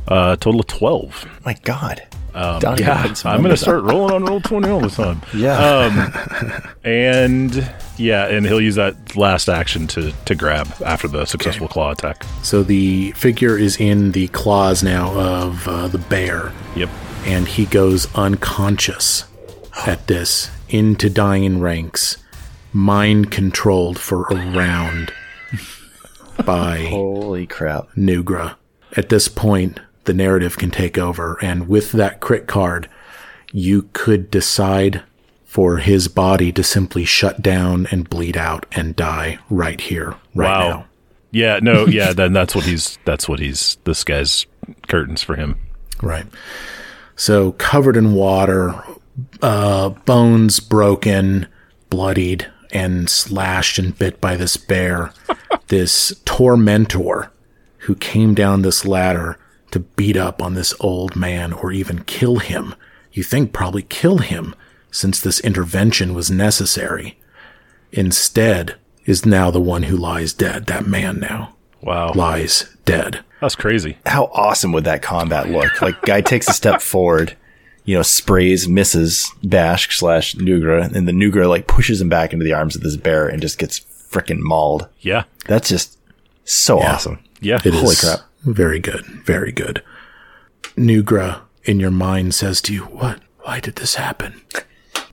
S2: Uh, total of twelve.
S4: My god! Donnie Robinson's
S2: I'm gonna
S4: numbers.
S2: start rolling on roll twenty all the time.
S4: Yeah.
S2: And yeah, and he'll use that last action to to grab after the successful claw attack.
S1: So the figure is in the claws now of uh, the bear,
S2: Yep.
S1: and he goes unconscious at this into dying ranks, mind controlled for a round by
S4: Holy crap!
S1: Nugra. At this point, the narrative can take over, and with that crit card, you could decide for his body to simply shut down and bleed out and die right here, right
S2: Wow.
S1: now.
S2: Yeah. No. Yeah. Then that's what he's. That's what he's. This guy's curtains for him.
S1: Right. So covered in water, uh, bones broken, bloodied, and slashed and bit by this bear, this tormentor who came down this ladder to beat up on this old man or even kill him. You think probably kill him since this intervention was necessary. Instead, is now the one who lies dead. That man now
S2: Wow.
S1: lies dead.
S2: That's crazy.
S4: How awesome would that combat look? Like guy takes a step forward, you know, sprays, misses Bashk slash Nugra, and the Nugra like pushes him back into the arms of this bear and just gets freaking mauled.
S2: Yeah.
S4: That's just so awesome.
S2: Yeah.
S1: It is
S4: Holy crap.
S1: Very good. Very good. Nugra in your mind says to you, What? Why did this happen?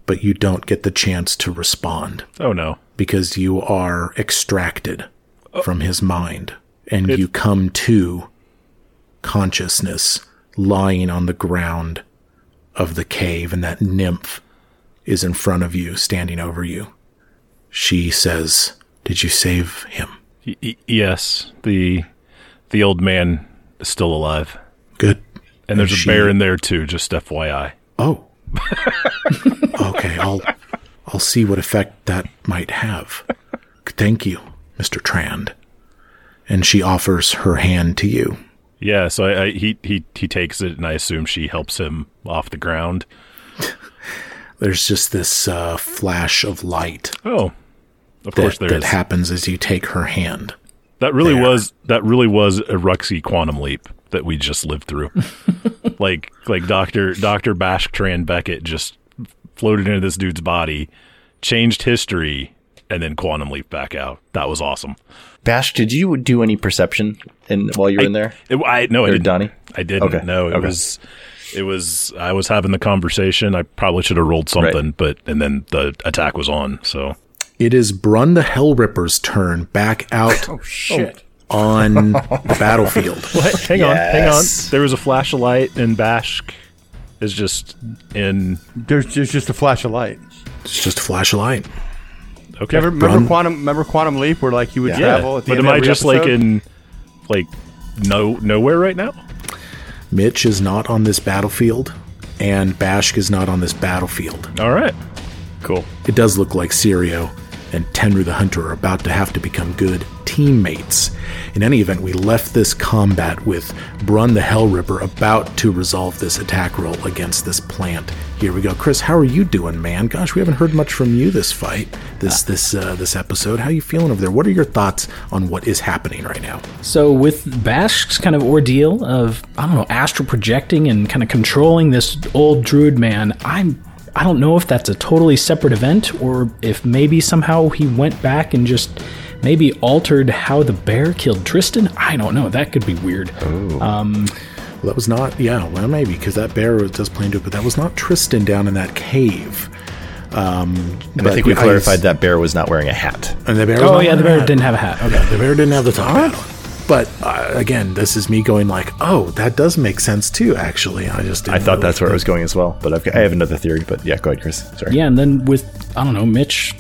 S1: But you don't get the chance to respond
S2: Oh no.
S1: because you are extracted from his mind and you come to consciousness lying on the ground of the cave and that nymph is in front of you standing over you she says did you save him
S2: Y- y- yes. The the old man is still alive,
S1: good
S2: and there's
S1: she-
S2: a bear in there too. Just FYI.
S1: Oh. okay, I'll I'll see what effect that might have. Thank you, Mr. Trand. And she offers her hand to you.
S2: Yeah. So I, I he he he takes it, and I assume she helps him off the ground.
S1: There's just this uh, flash of light
S2: Oh.
S1: that,
S2: Of course there is.
S1: that happens as you take her hand.
S2: That really
S1: there.
S2: was that really was a Ruxy quantum leap that we just lived through. like like Doctor Doctor Bashtran Beckett just floated into this dude's body, changed history, and then quantum leap back out. That was awesome.
S4: Bash, did you do any perception in, while you were in there?
S2: It- I no, I
S4: Or
S2: didn't.
S4: Donnie?
S2: I didn't.
S4: Okay.
S2: No, it
S4: Okay.
S2: was it was I was having the conversation. I probably should have rolled something, but and then the attack was on. So
S1: It is Brun the Hellripper's turn back out
S2: Oh,
S3: Shit.
S1: on the battlefield.
S2: But hang on, hang on.
S4: Yes.
S2: There was a flash of light, and Bashk is just in.
S3: There's, there's just a flash of light.
S1: It's just a flash of light.
S2: Okay,
S3: Do you ever remember
S1: Run.
S3: quantum? Remember quantum leap, where like he would
S2: Yeah,
S3: travel. At the
S2: but am
S3: end of
S2: I
S3: every
S2: just like
S3: episode?
S2: in like no nowhere right now?
S1: Mitch is not on this battlefield, and Bashk is not on this battlefield.
S2: All right, cool.
S1: It does look like Sirio and Tenru the Hunter are about to have to become good teammates. In any event, we left this combat with Brun the Hellripper about to resolve this attack roll against this plant. Here we go, Chris. How are you doing, man? Gosh, we haven't heard much from you this fight, this this uh, this episode. How you feeling over there? What are your thoughts on what is happening right now?
S5: So with Bash's kind of ordeal of I don't know astral projecting and kind of controlling this old druid man, I'm I don't know if that's a totally separate event or if maybe somehow he went back and just maybe altered how the bear killed Tristan. I don't know. That could be weird.
S1: Well, that was not, yeah, well, maybe, because that bear was just playing to it, but that was not Tristan down in that cave. Um,
S4: And I think we clarified that bear was not wearing a hat.
S1: And the bear was
S5: Oh
S1: not
S5: yeah,
S1: on
S5: the bear
S1: hat.
S5: didn't have a hat. Okay.
S1: Yeah, the bear didn't have the top hat on. But uh, again, this is me going like, oh, that does make sense too. Actually, I just didn't
S4: I thought
S1: know.
S4: that's where it was going as well, but I've got, I have another theory. But yeah, go ahead, Chris. Sorry.
S5: Yeah, and then with I don't know, Mitch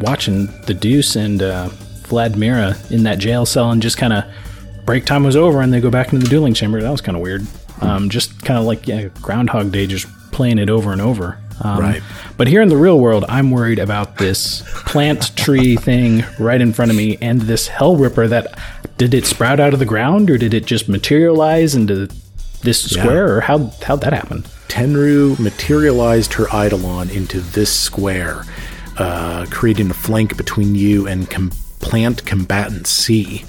S5: watching the Deuce and uh, Vlad Mira in that jail cell, and just kind of break time was over, and they go back into the dueling chamber. That was kind of weird. Um, just kind of like yeah, Groundhog Day, just playing it over and over. Um,
S1: Right.
S5: But here in the real world, I'm worried about this plant tree thing right in front of me, and this Hell Ripper. That did it sprout out of the ground, or did it just materialize into this square, or how how'd that happen?
S1: Tenru materialized her Eidolon into this square, uh, creating a flank between you and com- plant combatant C.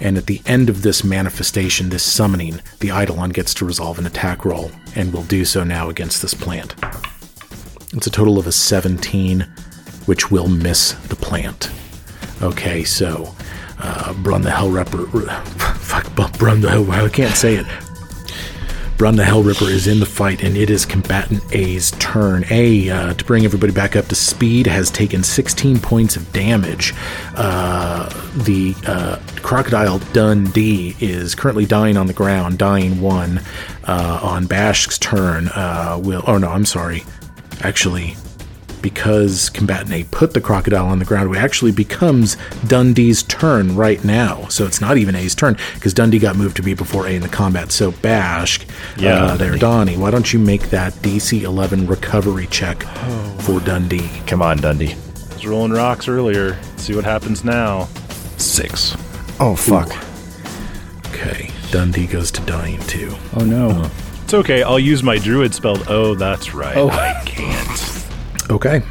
S1: And at the end of this manifestation, this summoning, the Eidolon gets to resolve an attack roll and will do so now against this plant. It's a total of a 17, which will miss the plant. Okay, so uh, Brun the Hell Ripper. Fuck, bu- Brun the Hell. I can't say it. Brun the Hell Ripper is in the fight, and it is Combatant A's turn. A, uh, to bring everybody back up to speed, has taken 16 points of damage. Uh, the uh, Crocodile Dundee is currently dying on the ground, dying one. Uh, on Bash's turn, uh, will. Oh, no, I'm sorry. Actually, because Combatant A put the crocodile on the ground, it actually becomes Dundee's turn right now. So it's not even A's turn because Dundee got moved to be before A in the combat. So Bashk,
S2: Yeah,
S1: uh, there, Donnie, why don't you make that DC 11 recovery check for Dundee?
S4: Come on, Dundee.
S2: I was rolling rocks earlier. see what happens now. Six.
S4: Oh fuck.
S1: Okay, Dundee goes to dying too.
S5: Oh no.
S2: It's okay. I'll use my druid spell. Oh, that's right.
S5: Oh.
S2: I can't.
S1: Okay.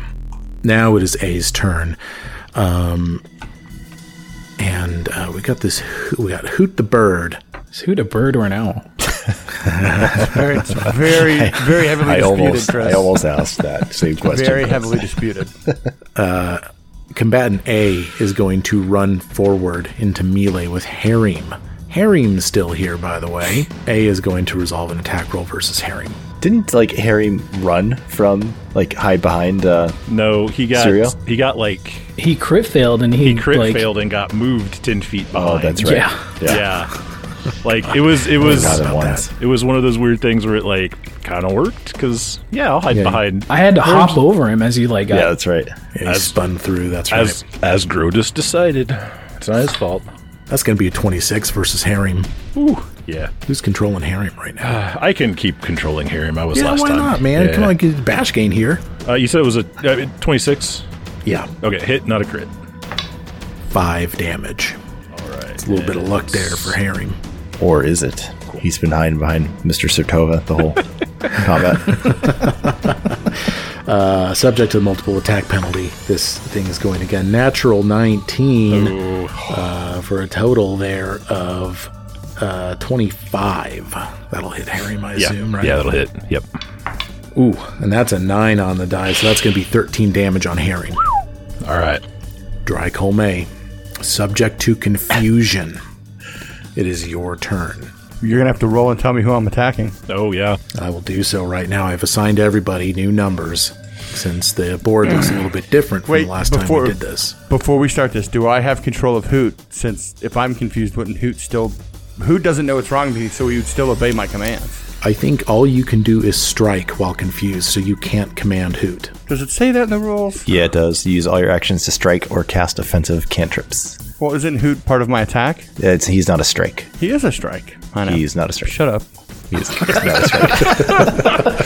S1: Now it is A's turn. Um, and uh, we got this, we got Hoot the Bird.
S5: Is it a bird or an owl?
S3: Very, it's very, very heavily
S4: I
S3: disputed,
S4: almost,
S3: Chris.
S4: I almost asked that same question.
S3: very heavily disputed.
S1: Combatant A is going to run forward into melee with Harem. Harem's still here, by the way. A is going to resolve an attack roll versus Harem.
S4: Didn't like Harry run from like hide behind? Uh,
S2: No, he got
S4: Cereal?
S2: he got like
S5: He crit failed and he,
S2: he crit
S5: like,
S2: failed and got moved ten feet
S4: oh,
S2: behind.
S4: that's right.
S5: Yeah.
S2: Yeah. Like it was it was
S4: Got it once.
S2: it was one of those weird things where it like kind of worked because yeah I'll hide behind
S5: I had to hop over him as he like got
S4: Yeah, that's right.
S1: Yeah, he spun through. That's right.
S2: as as Grodus decided. It's not his fault.
S1: That's going to be a 26 versus Harem.
S2: Ooh, yeah.
S1: Who's controlling Harem right now?
S2: I can keep controlling Harem. I was
S1: yeah,
S2: last
S1: why
S2: time.
S1: not, man?
S2: Yeah.
S1: Come on, get bash gain here.
S2: Uh, you said it was a uh, twenty six.
S1: Yeah,
S2: Okay, hit, not a crit.
S1: five damage.
S2: All right.
S1: A little bit of luck there for Harem.
S4: Or is it? He's been hiding behind Mr. Sotova the whole combat.
S1: Uh, subject to the multiple attack penalty, this thing is going again. Natural 19 uh, for a total there of uh, 25. That'll hit Harry, I
S2: Yeah.
S1: assume, right?
S2: Yeah, that'll hit. Yep.
S1: Ooh, and that's a 9 on the die, so that's going to be 13 damage on Harry.
S2: All right.
S1: Dry Colmay, subject to confusion. It is your turn.
S3: You're gonna have to roll and tell me who I'm attacking.
S2: Oh yeah.
S1: I will do so right now. I've assigned everybody new numbers since the board looks a little bit different from
S3: Wait,
S1: the last
S3: before-
S1: time we did this.
S3: Before we start this, do I have control of Hoot? Since if I'm confused, wouldn't Hoot still? Hoot doesn't know what's wrong with me, so he would still obey my commands.
S1: I think all you can do is strike while confused, so you can't command hoot.
S3: Does it say that in the rules?
S4: yeah, it does. You use all your actions to strike or cast offensive cantrips.
S3: Well, isn't Hoot part of my attack?
S4: It's, he's not a strike.
S3: He is a strike. I know.
S4: He's not a strike.
S3: Shut up.
S4: He's, he's not a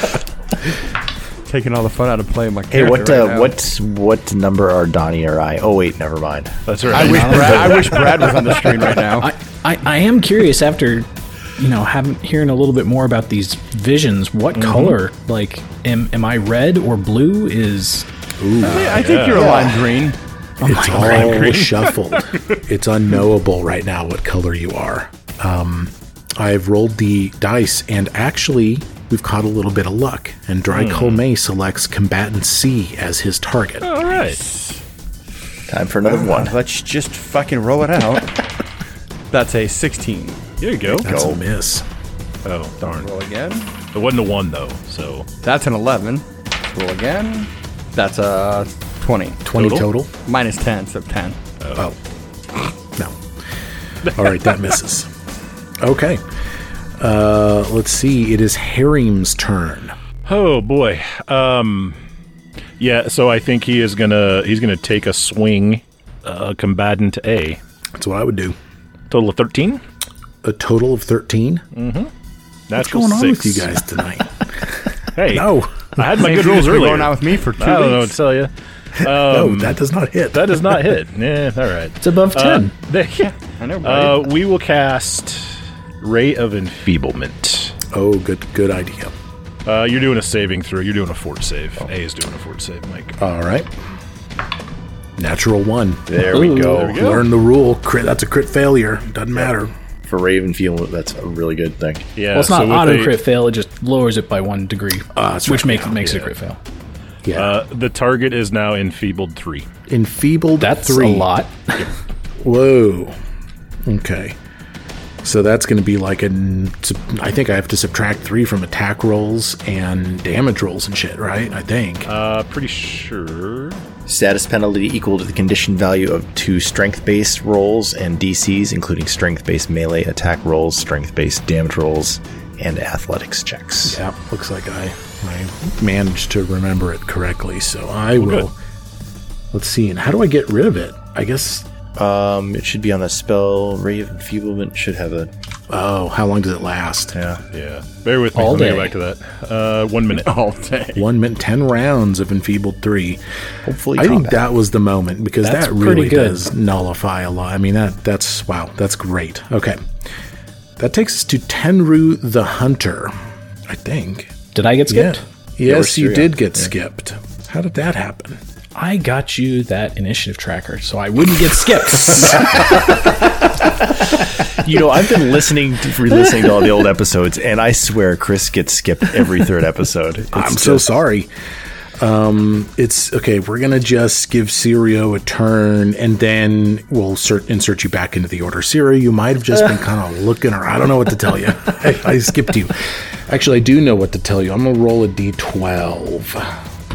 S4: strike.
S3: Taking all the fun out of playing my
S4: hey,
S3: character.
S4: what
S3: right
S4: uh,
S3: now.
S4: what what number are Donnie or I? Oh wait, never mind.
S2: That's
S3: I
S2: right.
S3: wish, Brad, I wish Brad was on the screen right now.
S5: I, I, I am curious after you know having hearing a little bit more about these visions what
S1: Mm-hmm.
S5: color like am, am i red or blue is
S3: I think you're a lime green.
S1: it's all shuffled. it's unknowable right now what color you are. Um, I've rolled the dice, and actually, we've caught a little bit of luck. And Dry Colmay selects combatant C as his target.
S2: All right.
S4: Time for another one.
S3: Let's just fucking roll it out. That's a 16.
S2: There you go.
S1: That's a miss.
S2: Oh darn.
S3: Roll again.
S2: It wasn't a one though. So
S3: That's an 11. Roll again. That's a 20.
S1: 20
S2: Total?
S1: total?
S3: Minus 10, so 10.
S1: Oh. No. All right, that misses. Okay. Uh, let's see. It is Harem's turn.
S2: Oh boy. Um Yeah, so I think he is gonna he's gonna take a swing, uh, combatant A.
S1: That's what I would do.
S2: Total of thirteen.
S1: A total of 13? What's
S2: Natural
S1: going on
S2: six.
S1: with you guys tonight?
S2: Hey,
S1: no.
S2: I had my
S3: Maybe
S2: good
S3: you've
S2: rolls
S3: been
S2: earlier.
S3: Going out with me for two
S2: I don't know what
S3: weeks.
S2: to tell you.
S1: no, that does not hit.
S2: That does not hit. yeah, all right.
S5: It's above
S2: Uh,
S5: 10.
S2: they- yeah.
S3: I know, right?
S2: Uh, we will cast Ray of Enfeeblement.
S1: oh, good good idea.
S2: Uh, you're doing a saving throw. You're doing a fort save.
S1: Oh.
S2: A is doing a fort save, Mike.
S1: All right. Natural 1.
S4: There we
S5: Ooh.
S4: go.
S5: There
S2: go.
S1: Learn the rule. Crit, that's a crit failure. Doesn't matter.
S4: For Raven Fuel, that's a really good thing.
S2: Yeah.
S5: well, it's not
S2: so with
S5: auto
S2: a-
S5: crit fail, it just lowers it by one degree,
S1: Ah, that's
S5: which
S1: right,
S5: makes,
S1: yeah,
S5: makes it
S2: yeah.
S5: a crit fail.
S1: Yeah.
S2: Uh, the target is now enfeebled three.
S1: Enfeebled
S5: That's
S1: 3.
S5: a lot.
S1: Whoa. Okay. So that's going to be like an. I think I have to subtract three from attack rolls and damage rolls and shit, right? I think.
S2: Uh, pretty sure.
S4: Status penalty equal to the condition value of two strength based rolls and DCs, including strength based melee attack rolls, strength based damage rolls, and athletics checks.
S1: yeah, looks like I I managed to remember it correctly. So I will. Let's see. And how do I get rid of it? I guess.
S4: Um, it should be on a spell. Ray of Enfeeblement should have a.
S1: Oh, how long does it last?
S2: Yeah. Bear with me.
S5: All
S2: Let me
S5: day.
S2: go back to that. Uh, one minute.
S3: all day.
S1: One minute, ten rounds of enfeebled three.
S4: Hopefully,
S1: I think
S4: combat.
S1: that was the moment because
S5: That's
S1: that
S5: pretty
S1: really
S5: good.
S1: does nullify a lot. I mean that that's wow, that's great. Okay. That takes us to Tenru the Hunter, I think.
S5: Did I get
S1: Yeah.
S5: skipped?
S1: Yes,
S4: we're
S1: you
S4: sure,
S1: did get skipped. How did that happen?
S5: I got you that initiative tracker, so I wouldn't get skipped.
S4: You know, I've been listening, to, re-listening to all the old episodes, and I swear Chris gets skipped every third episode. It's
S1: I'm so
S4: just-
S1: sorry. Um, it's okay. We're gonna just give Sirio a turn, and then we'll cert- insert you back into the order. Sirio, you might have just been kind of looking, or I don't know what to tell you. I, I skipped you. Actually, I do know what to tell you. I'm gonna roll a d12.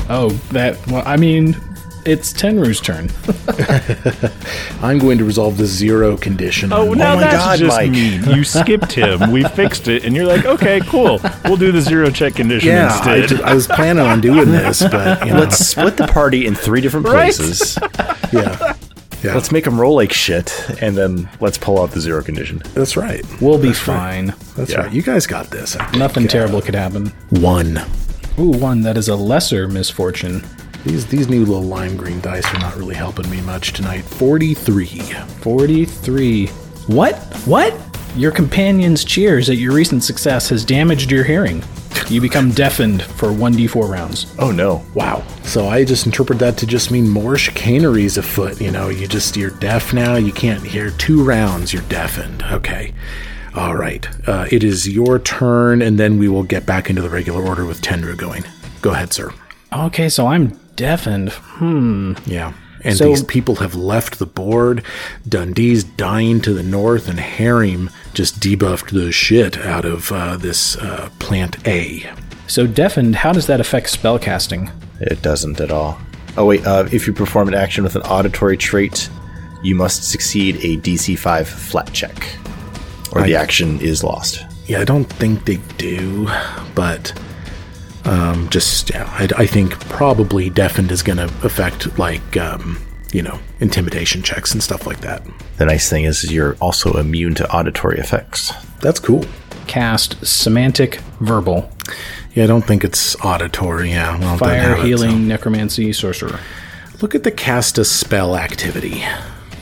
S5: oh, that, well, I mean, it's Tenru's turn.
S1: I'm going to resolve the zero condition.
S2: Oh,
S1: on
S2: now
S1: my-
S4: my
S2: that's
S4: God,
S2: just
S4: Mike.
S2: mean. You skipped him. We fixed it, and you're like, okay, cool. We'll do the zero check condition
S1: yeah, I,
S2: instead.
S1: ju- I was planning on doing this, but you know,
S4: Let's split the party in three different
S2: Right?
S4: places.
S1: yeah, yeah,
S4: Let's make them roll like shit, and then let's pull out the zero condition.
S1: that's right.
S5: We'll be fine.
S1: That's
S4: Yeah.
S1: right. You guys got this.
S5: Nothing terrible could happen.
S1: One.
S5: Ooh, one that is a lesser misfortune.
S1: These these new little lime green dice are not really helping me much tonight. Forty three.
S5: 43. What? What? Your companion's cheers at your recent success has damaged your hearing. You become deafened for 1d4 rounds.
S4: Oh no!
S1: Wow. So I just interpret that to just mean more chicaneries afoot. You know, you just you're deaf now. You can't hear two rounds. You're deafened. Okay. All right. Uh, it is your turn, and then we will get back into the regular order with Tendru going. Go ahead, sir.
S5: Okay, so I'm deafened.
S1: Yeah. And
S5: So-
S1: these people have left the board. Dundee's dying to the north, and Harem just debuffed the shit out of uh, this uh, plant A.
S5: So deafened, how does that affect spellcasting?
S4: It doesn't at all. Oh wait, uh, if you perform an action with an auditory trait, you must succeed a DC five flat check, or the action is lost.
S1: Yeah, I don't think they do, but um, just yeah, I, I think probably deafened is going to affect like um, you know intimidation checks and stuff like that.
S4: The nice thing is you're also immune to auditory effects.
S1: That's cool.
S5: Cast semantic verbal.
S1: Yeah, I don't think it's auditory. Yeah, well, it doesn't
S5: Fire,
S1: have it, so-
S5: healing, necromancy, sorcerer.
S1: Look at the cast a spell activity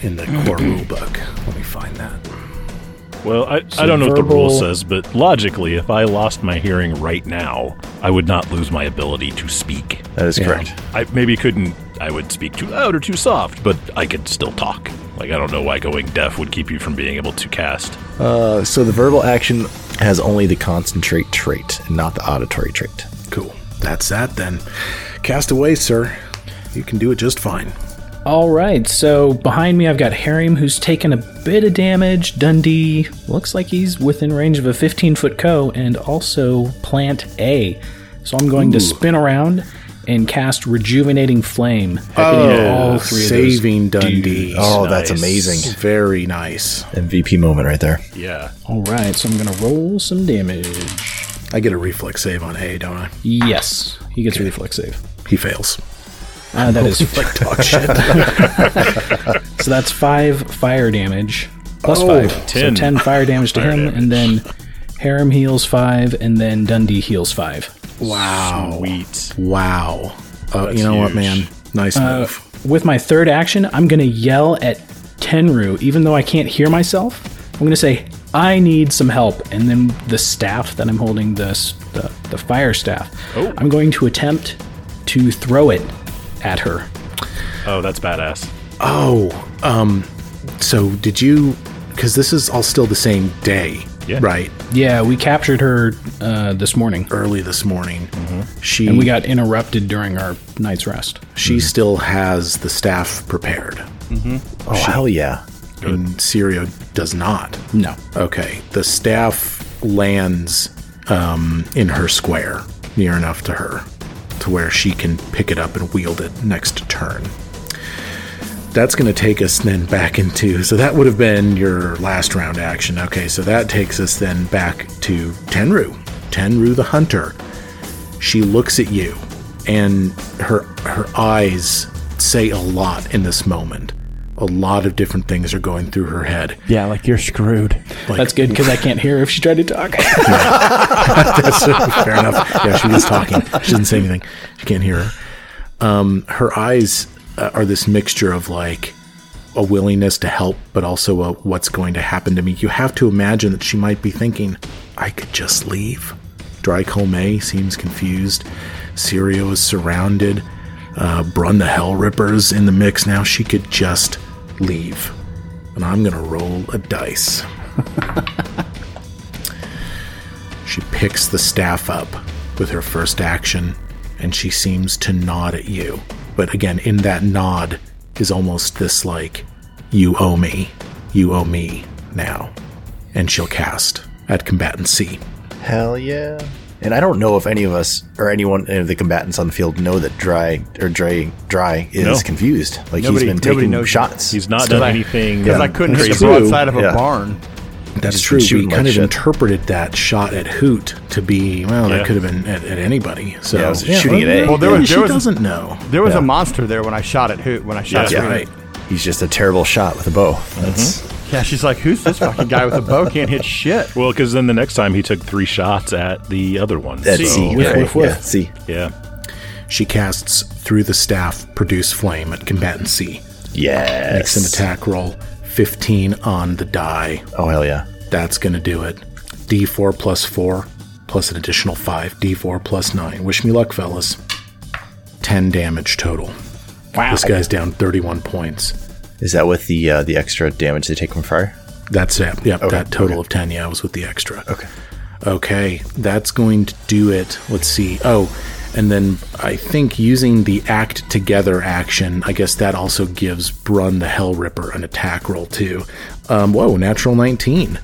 S1: in the core rulebook. Let me find that.
S2: well, I, I don't know what the
S5: verbal-
S2: rule says, but logically, if I lost my hearing right now, I would not lose my ability to speak.
S4: That is correct.
S2: I maybe couldn't. I would speak too loud or too soft, but I could still talk. Like I don't know why going deaf would keep you from being able to cast.
S4: Uh, so the verbal action has only the concentrate trait, and not the auditory trait.
S1: Cool. That's that then. Cast away, sir. You can do it just fine.
S5: All right, so behind me I've got Harem, who's taken a bit of damage. Dundee looks like he's within range of a 15 foot co, and also Plant A. So I'm going to spin around and cast Rejuvenating Flame. Oh,
S1: saving Dundee.
S4: Oh, that's
S2: Nice.
S4: amazing!
S1: very nice.
S4: MVP moment right there.
S2: Yeah.
S5: All right, so I'm going to roll some damage.
S1: I get a reflex save on A, don't I?
S5: Yes, he gets a reflex save.
S1: He fails.
S5: Uh, that is
S1: Like dog shit.
S5: so. That's five fire damage plus
S2: Oh,
S5: five.
S2: ten.
S5: So ten fire damage to
S2: Fire
S5: him, and then Harem heals five, and then Dundee heals five.
S1: Wow.
S2: Sweet.
S1: Wow. Uh,
S2: That's
S1: you know what,
S2: huge.
S1: man? Nice
S5: Uh,
S1: move.
S5: With my third action, I'm gonna yell at Tenru, even though I can't hear myself. I'm gonna say, "I need some help," and then the staff that I'm holding, the s- the, the fire staff,
S2: Oh.
S5: I'm going to attempt to throw it at her.
S2: Oh, that's badass.
S1: Oh, um, so did you? Because this is all still the same day,
S2: Yeah.
S1: right?
S5: Yeah, we captured her uh, this morning,
S1: Early this morning,
S2: Mm-hmm.
S1: she
S5: and we got interrupted during our night's rest.
S1: she still has the staff prepared,
S4: Oh hell yeah!
S1: and Sirio does not.
S5: No.
S1: Okay, the staff lands um, in her square, near enough to her, to where she can pick it up and wield it next turn. That's going to take us then back into. So that would have been your last round action. Okay, so that takes us then back to Tenru. Tenru the hunter. She looks at you, and her her eyes say a lot in this moment. A lot of different things are going through her head.
S3: Yeah, like you're screwed.
S1: Like,
S5: That's good because I can't hear if she tried to talk.
S1: That's fair enough. Yeah, she was talking. She doesn't say anything. She can't hear her. Um, her eyes uh, are this mixture of like a willingness to help, but also a what's going to happen to me. You have to imagine that she might be thinking, I could just leave. Drycol May seems confused. Sirio is surrounded. Uh, Brun the Hell Ripper's in the mix now. She could just leave. And I'm going to roll a dice. She picks the staff up with her first action, and she seems to nod at you. But again, in that nod is almost this like, you owe me, you owe me now. And she'll cast at combatant C.
S4: Hell yeah! And I don't know if any of us or anyone any of the combatants on the field know that dry or dry dry is
S2: No.
S4: confused.
S3: Nobody-
S4: Like he's been
S3: nobody
S4: taking
S3: knows
S4: shots.
S2: He's not
S3: Because
S2: done
S3: I-
S2: anything.
S3: Because I couldn't hit the
S2: crazy.
S3: broadside of a
S4: Yeah.
S3: barn.
S1: That's
S4: Just
S1: true.
S4: been shooting
S1: We
S4: like
S1: kind of
S4: shit.
S1: interpreted that shot at Hoot to be well,
S2: Yeah.
S1: that could have been at, at anybody. So
S4: Yeah, it was shooting at A.
S1: Well,
S4: Well,
S1: there
S3: there was-
S1: she
S3: there was-
S1: doesn't know.
S3: There was a monster there when I shot at Hoot. When I shot
S2: Yeah. Mm-hmm.
S3: at
S4: Yeah.
S3: Hoot.
S1: Right.
S4: He's just a terrible shot with a bow. That's
S3: Yeah, she's like, who's this fucking guy with a bow? Can't hit shit.
S2: Well, because then the next time he took three shots at the other one.
S4: that's
S2: so-
S4: C.
S5: whiff,
S4: right?
S5: whiff, whiff.
S4: Yeah, C.
S2: Yeah.
S1: She casts through the staff, produce flame at combatant C. Makes an
S4: Yes.
S1: attack roll, 15 on the die.
S4: Oh hell yeah!
S1: That's going to do it. D4 plus 4 plus an additional 5. D4 plus 9. Wish me luck, fellas. 10 damage total.
S5: wow.
S1: This guy's down 31 points.
S4: Is that with the uh, the extra damage they take from fire?
S1: That's it. Yep, that total of 10. Yeah, I was with the extra.
S4: Okay.
S1: Okay, that's going to do it. Let's see. Oh, and then I think using the act together action, I guess that also gives Brun the Hell Ripper an attack roll too. Um, whoa, natural 19.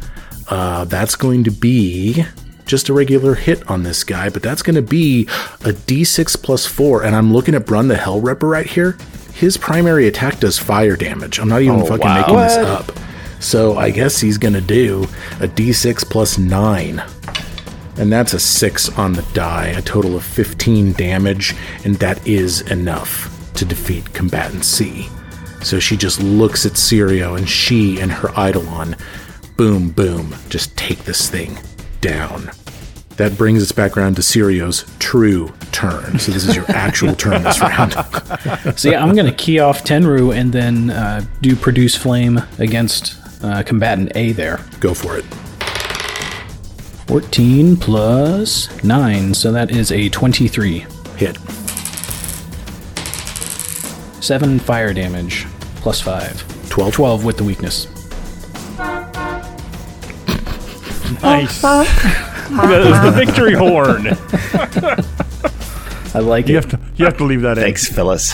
S1: Uh, that's going to be just a regular hit on this guy, but that's going to be a d6 plus 4. And I'm looking at Brun the Hell Ripper right here. His primary attack does fire damage. I'm not even fucking making this up. So I guess he's going to do a d6 plus 9. And that's a 6 on the die, a total of 15 damage, and that is enough to defeat Combatant C. So she just looks at Sirio, and she and her Eidolon, boom, boom, just take this thing down. That brings us back around to Sirio's true turn. So this is your actual turn this round.
S5: So yeah, I'm gonna key off Tenru and then uh, do produce flame against uh, combatant A there.
S1: Go for it.
S5: 14 plus nine, so that is a 23.
S1: Hit.
S5: Seven fire damage, plus five.
S1: 12.
S5: 12 with the weakness.
S3: Nice.
S2: That is the victory horn.
S5: I like
S3: You
S5: it.
S3: have to you have to leave that
S4: Thanks, fellas.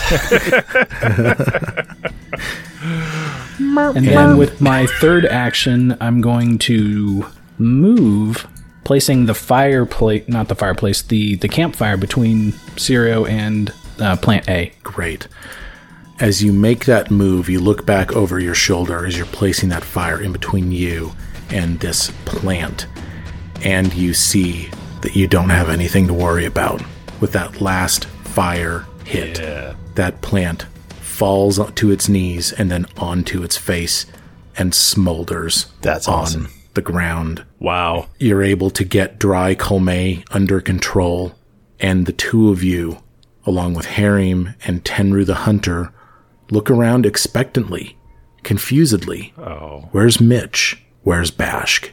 S5: And then with my third action, I'm going to move, placing the fireplace, not the fireplace, the the campfire between Sirio and uh, Plant A.
S1: Great. As you make that move, you look back over your shoulder as you're placing that fire in between you and this plant, and you see that you don't have anything to worry about with that last fire hit. That plant falls to its knees and then onto its face and smolders
S4: That's
S1: on
S4: awesome.
S1: the ground
S2: Wow.
S1: you're able to get Dry Colme under control, and the two of you, along with Harim and Tenru the Hunter, look around expectantly, confusedly.
S2: Oh.
S1: Where's Mitch? Where's Bashk?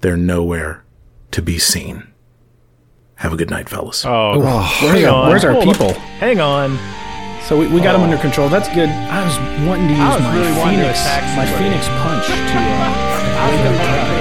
S1: They're nowhere to be seen. Have a good night, fellas.
S2: Oh.
S5: Where's
S2: hang
S5: our,
S2: on.
S5: where's our
S2: Hold on.
S5: people?
S2: Hang on.
S5: So we, we got them under control. That's good. I was wanting to use
S3: Oh. was
S5: my
S3: really wanting to
S5: phoenix,
S3: attack
S5: my
S3: somebody.
S5: phoenix punch to. Uh, wake them up.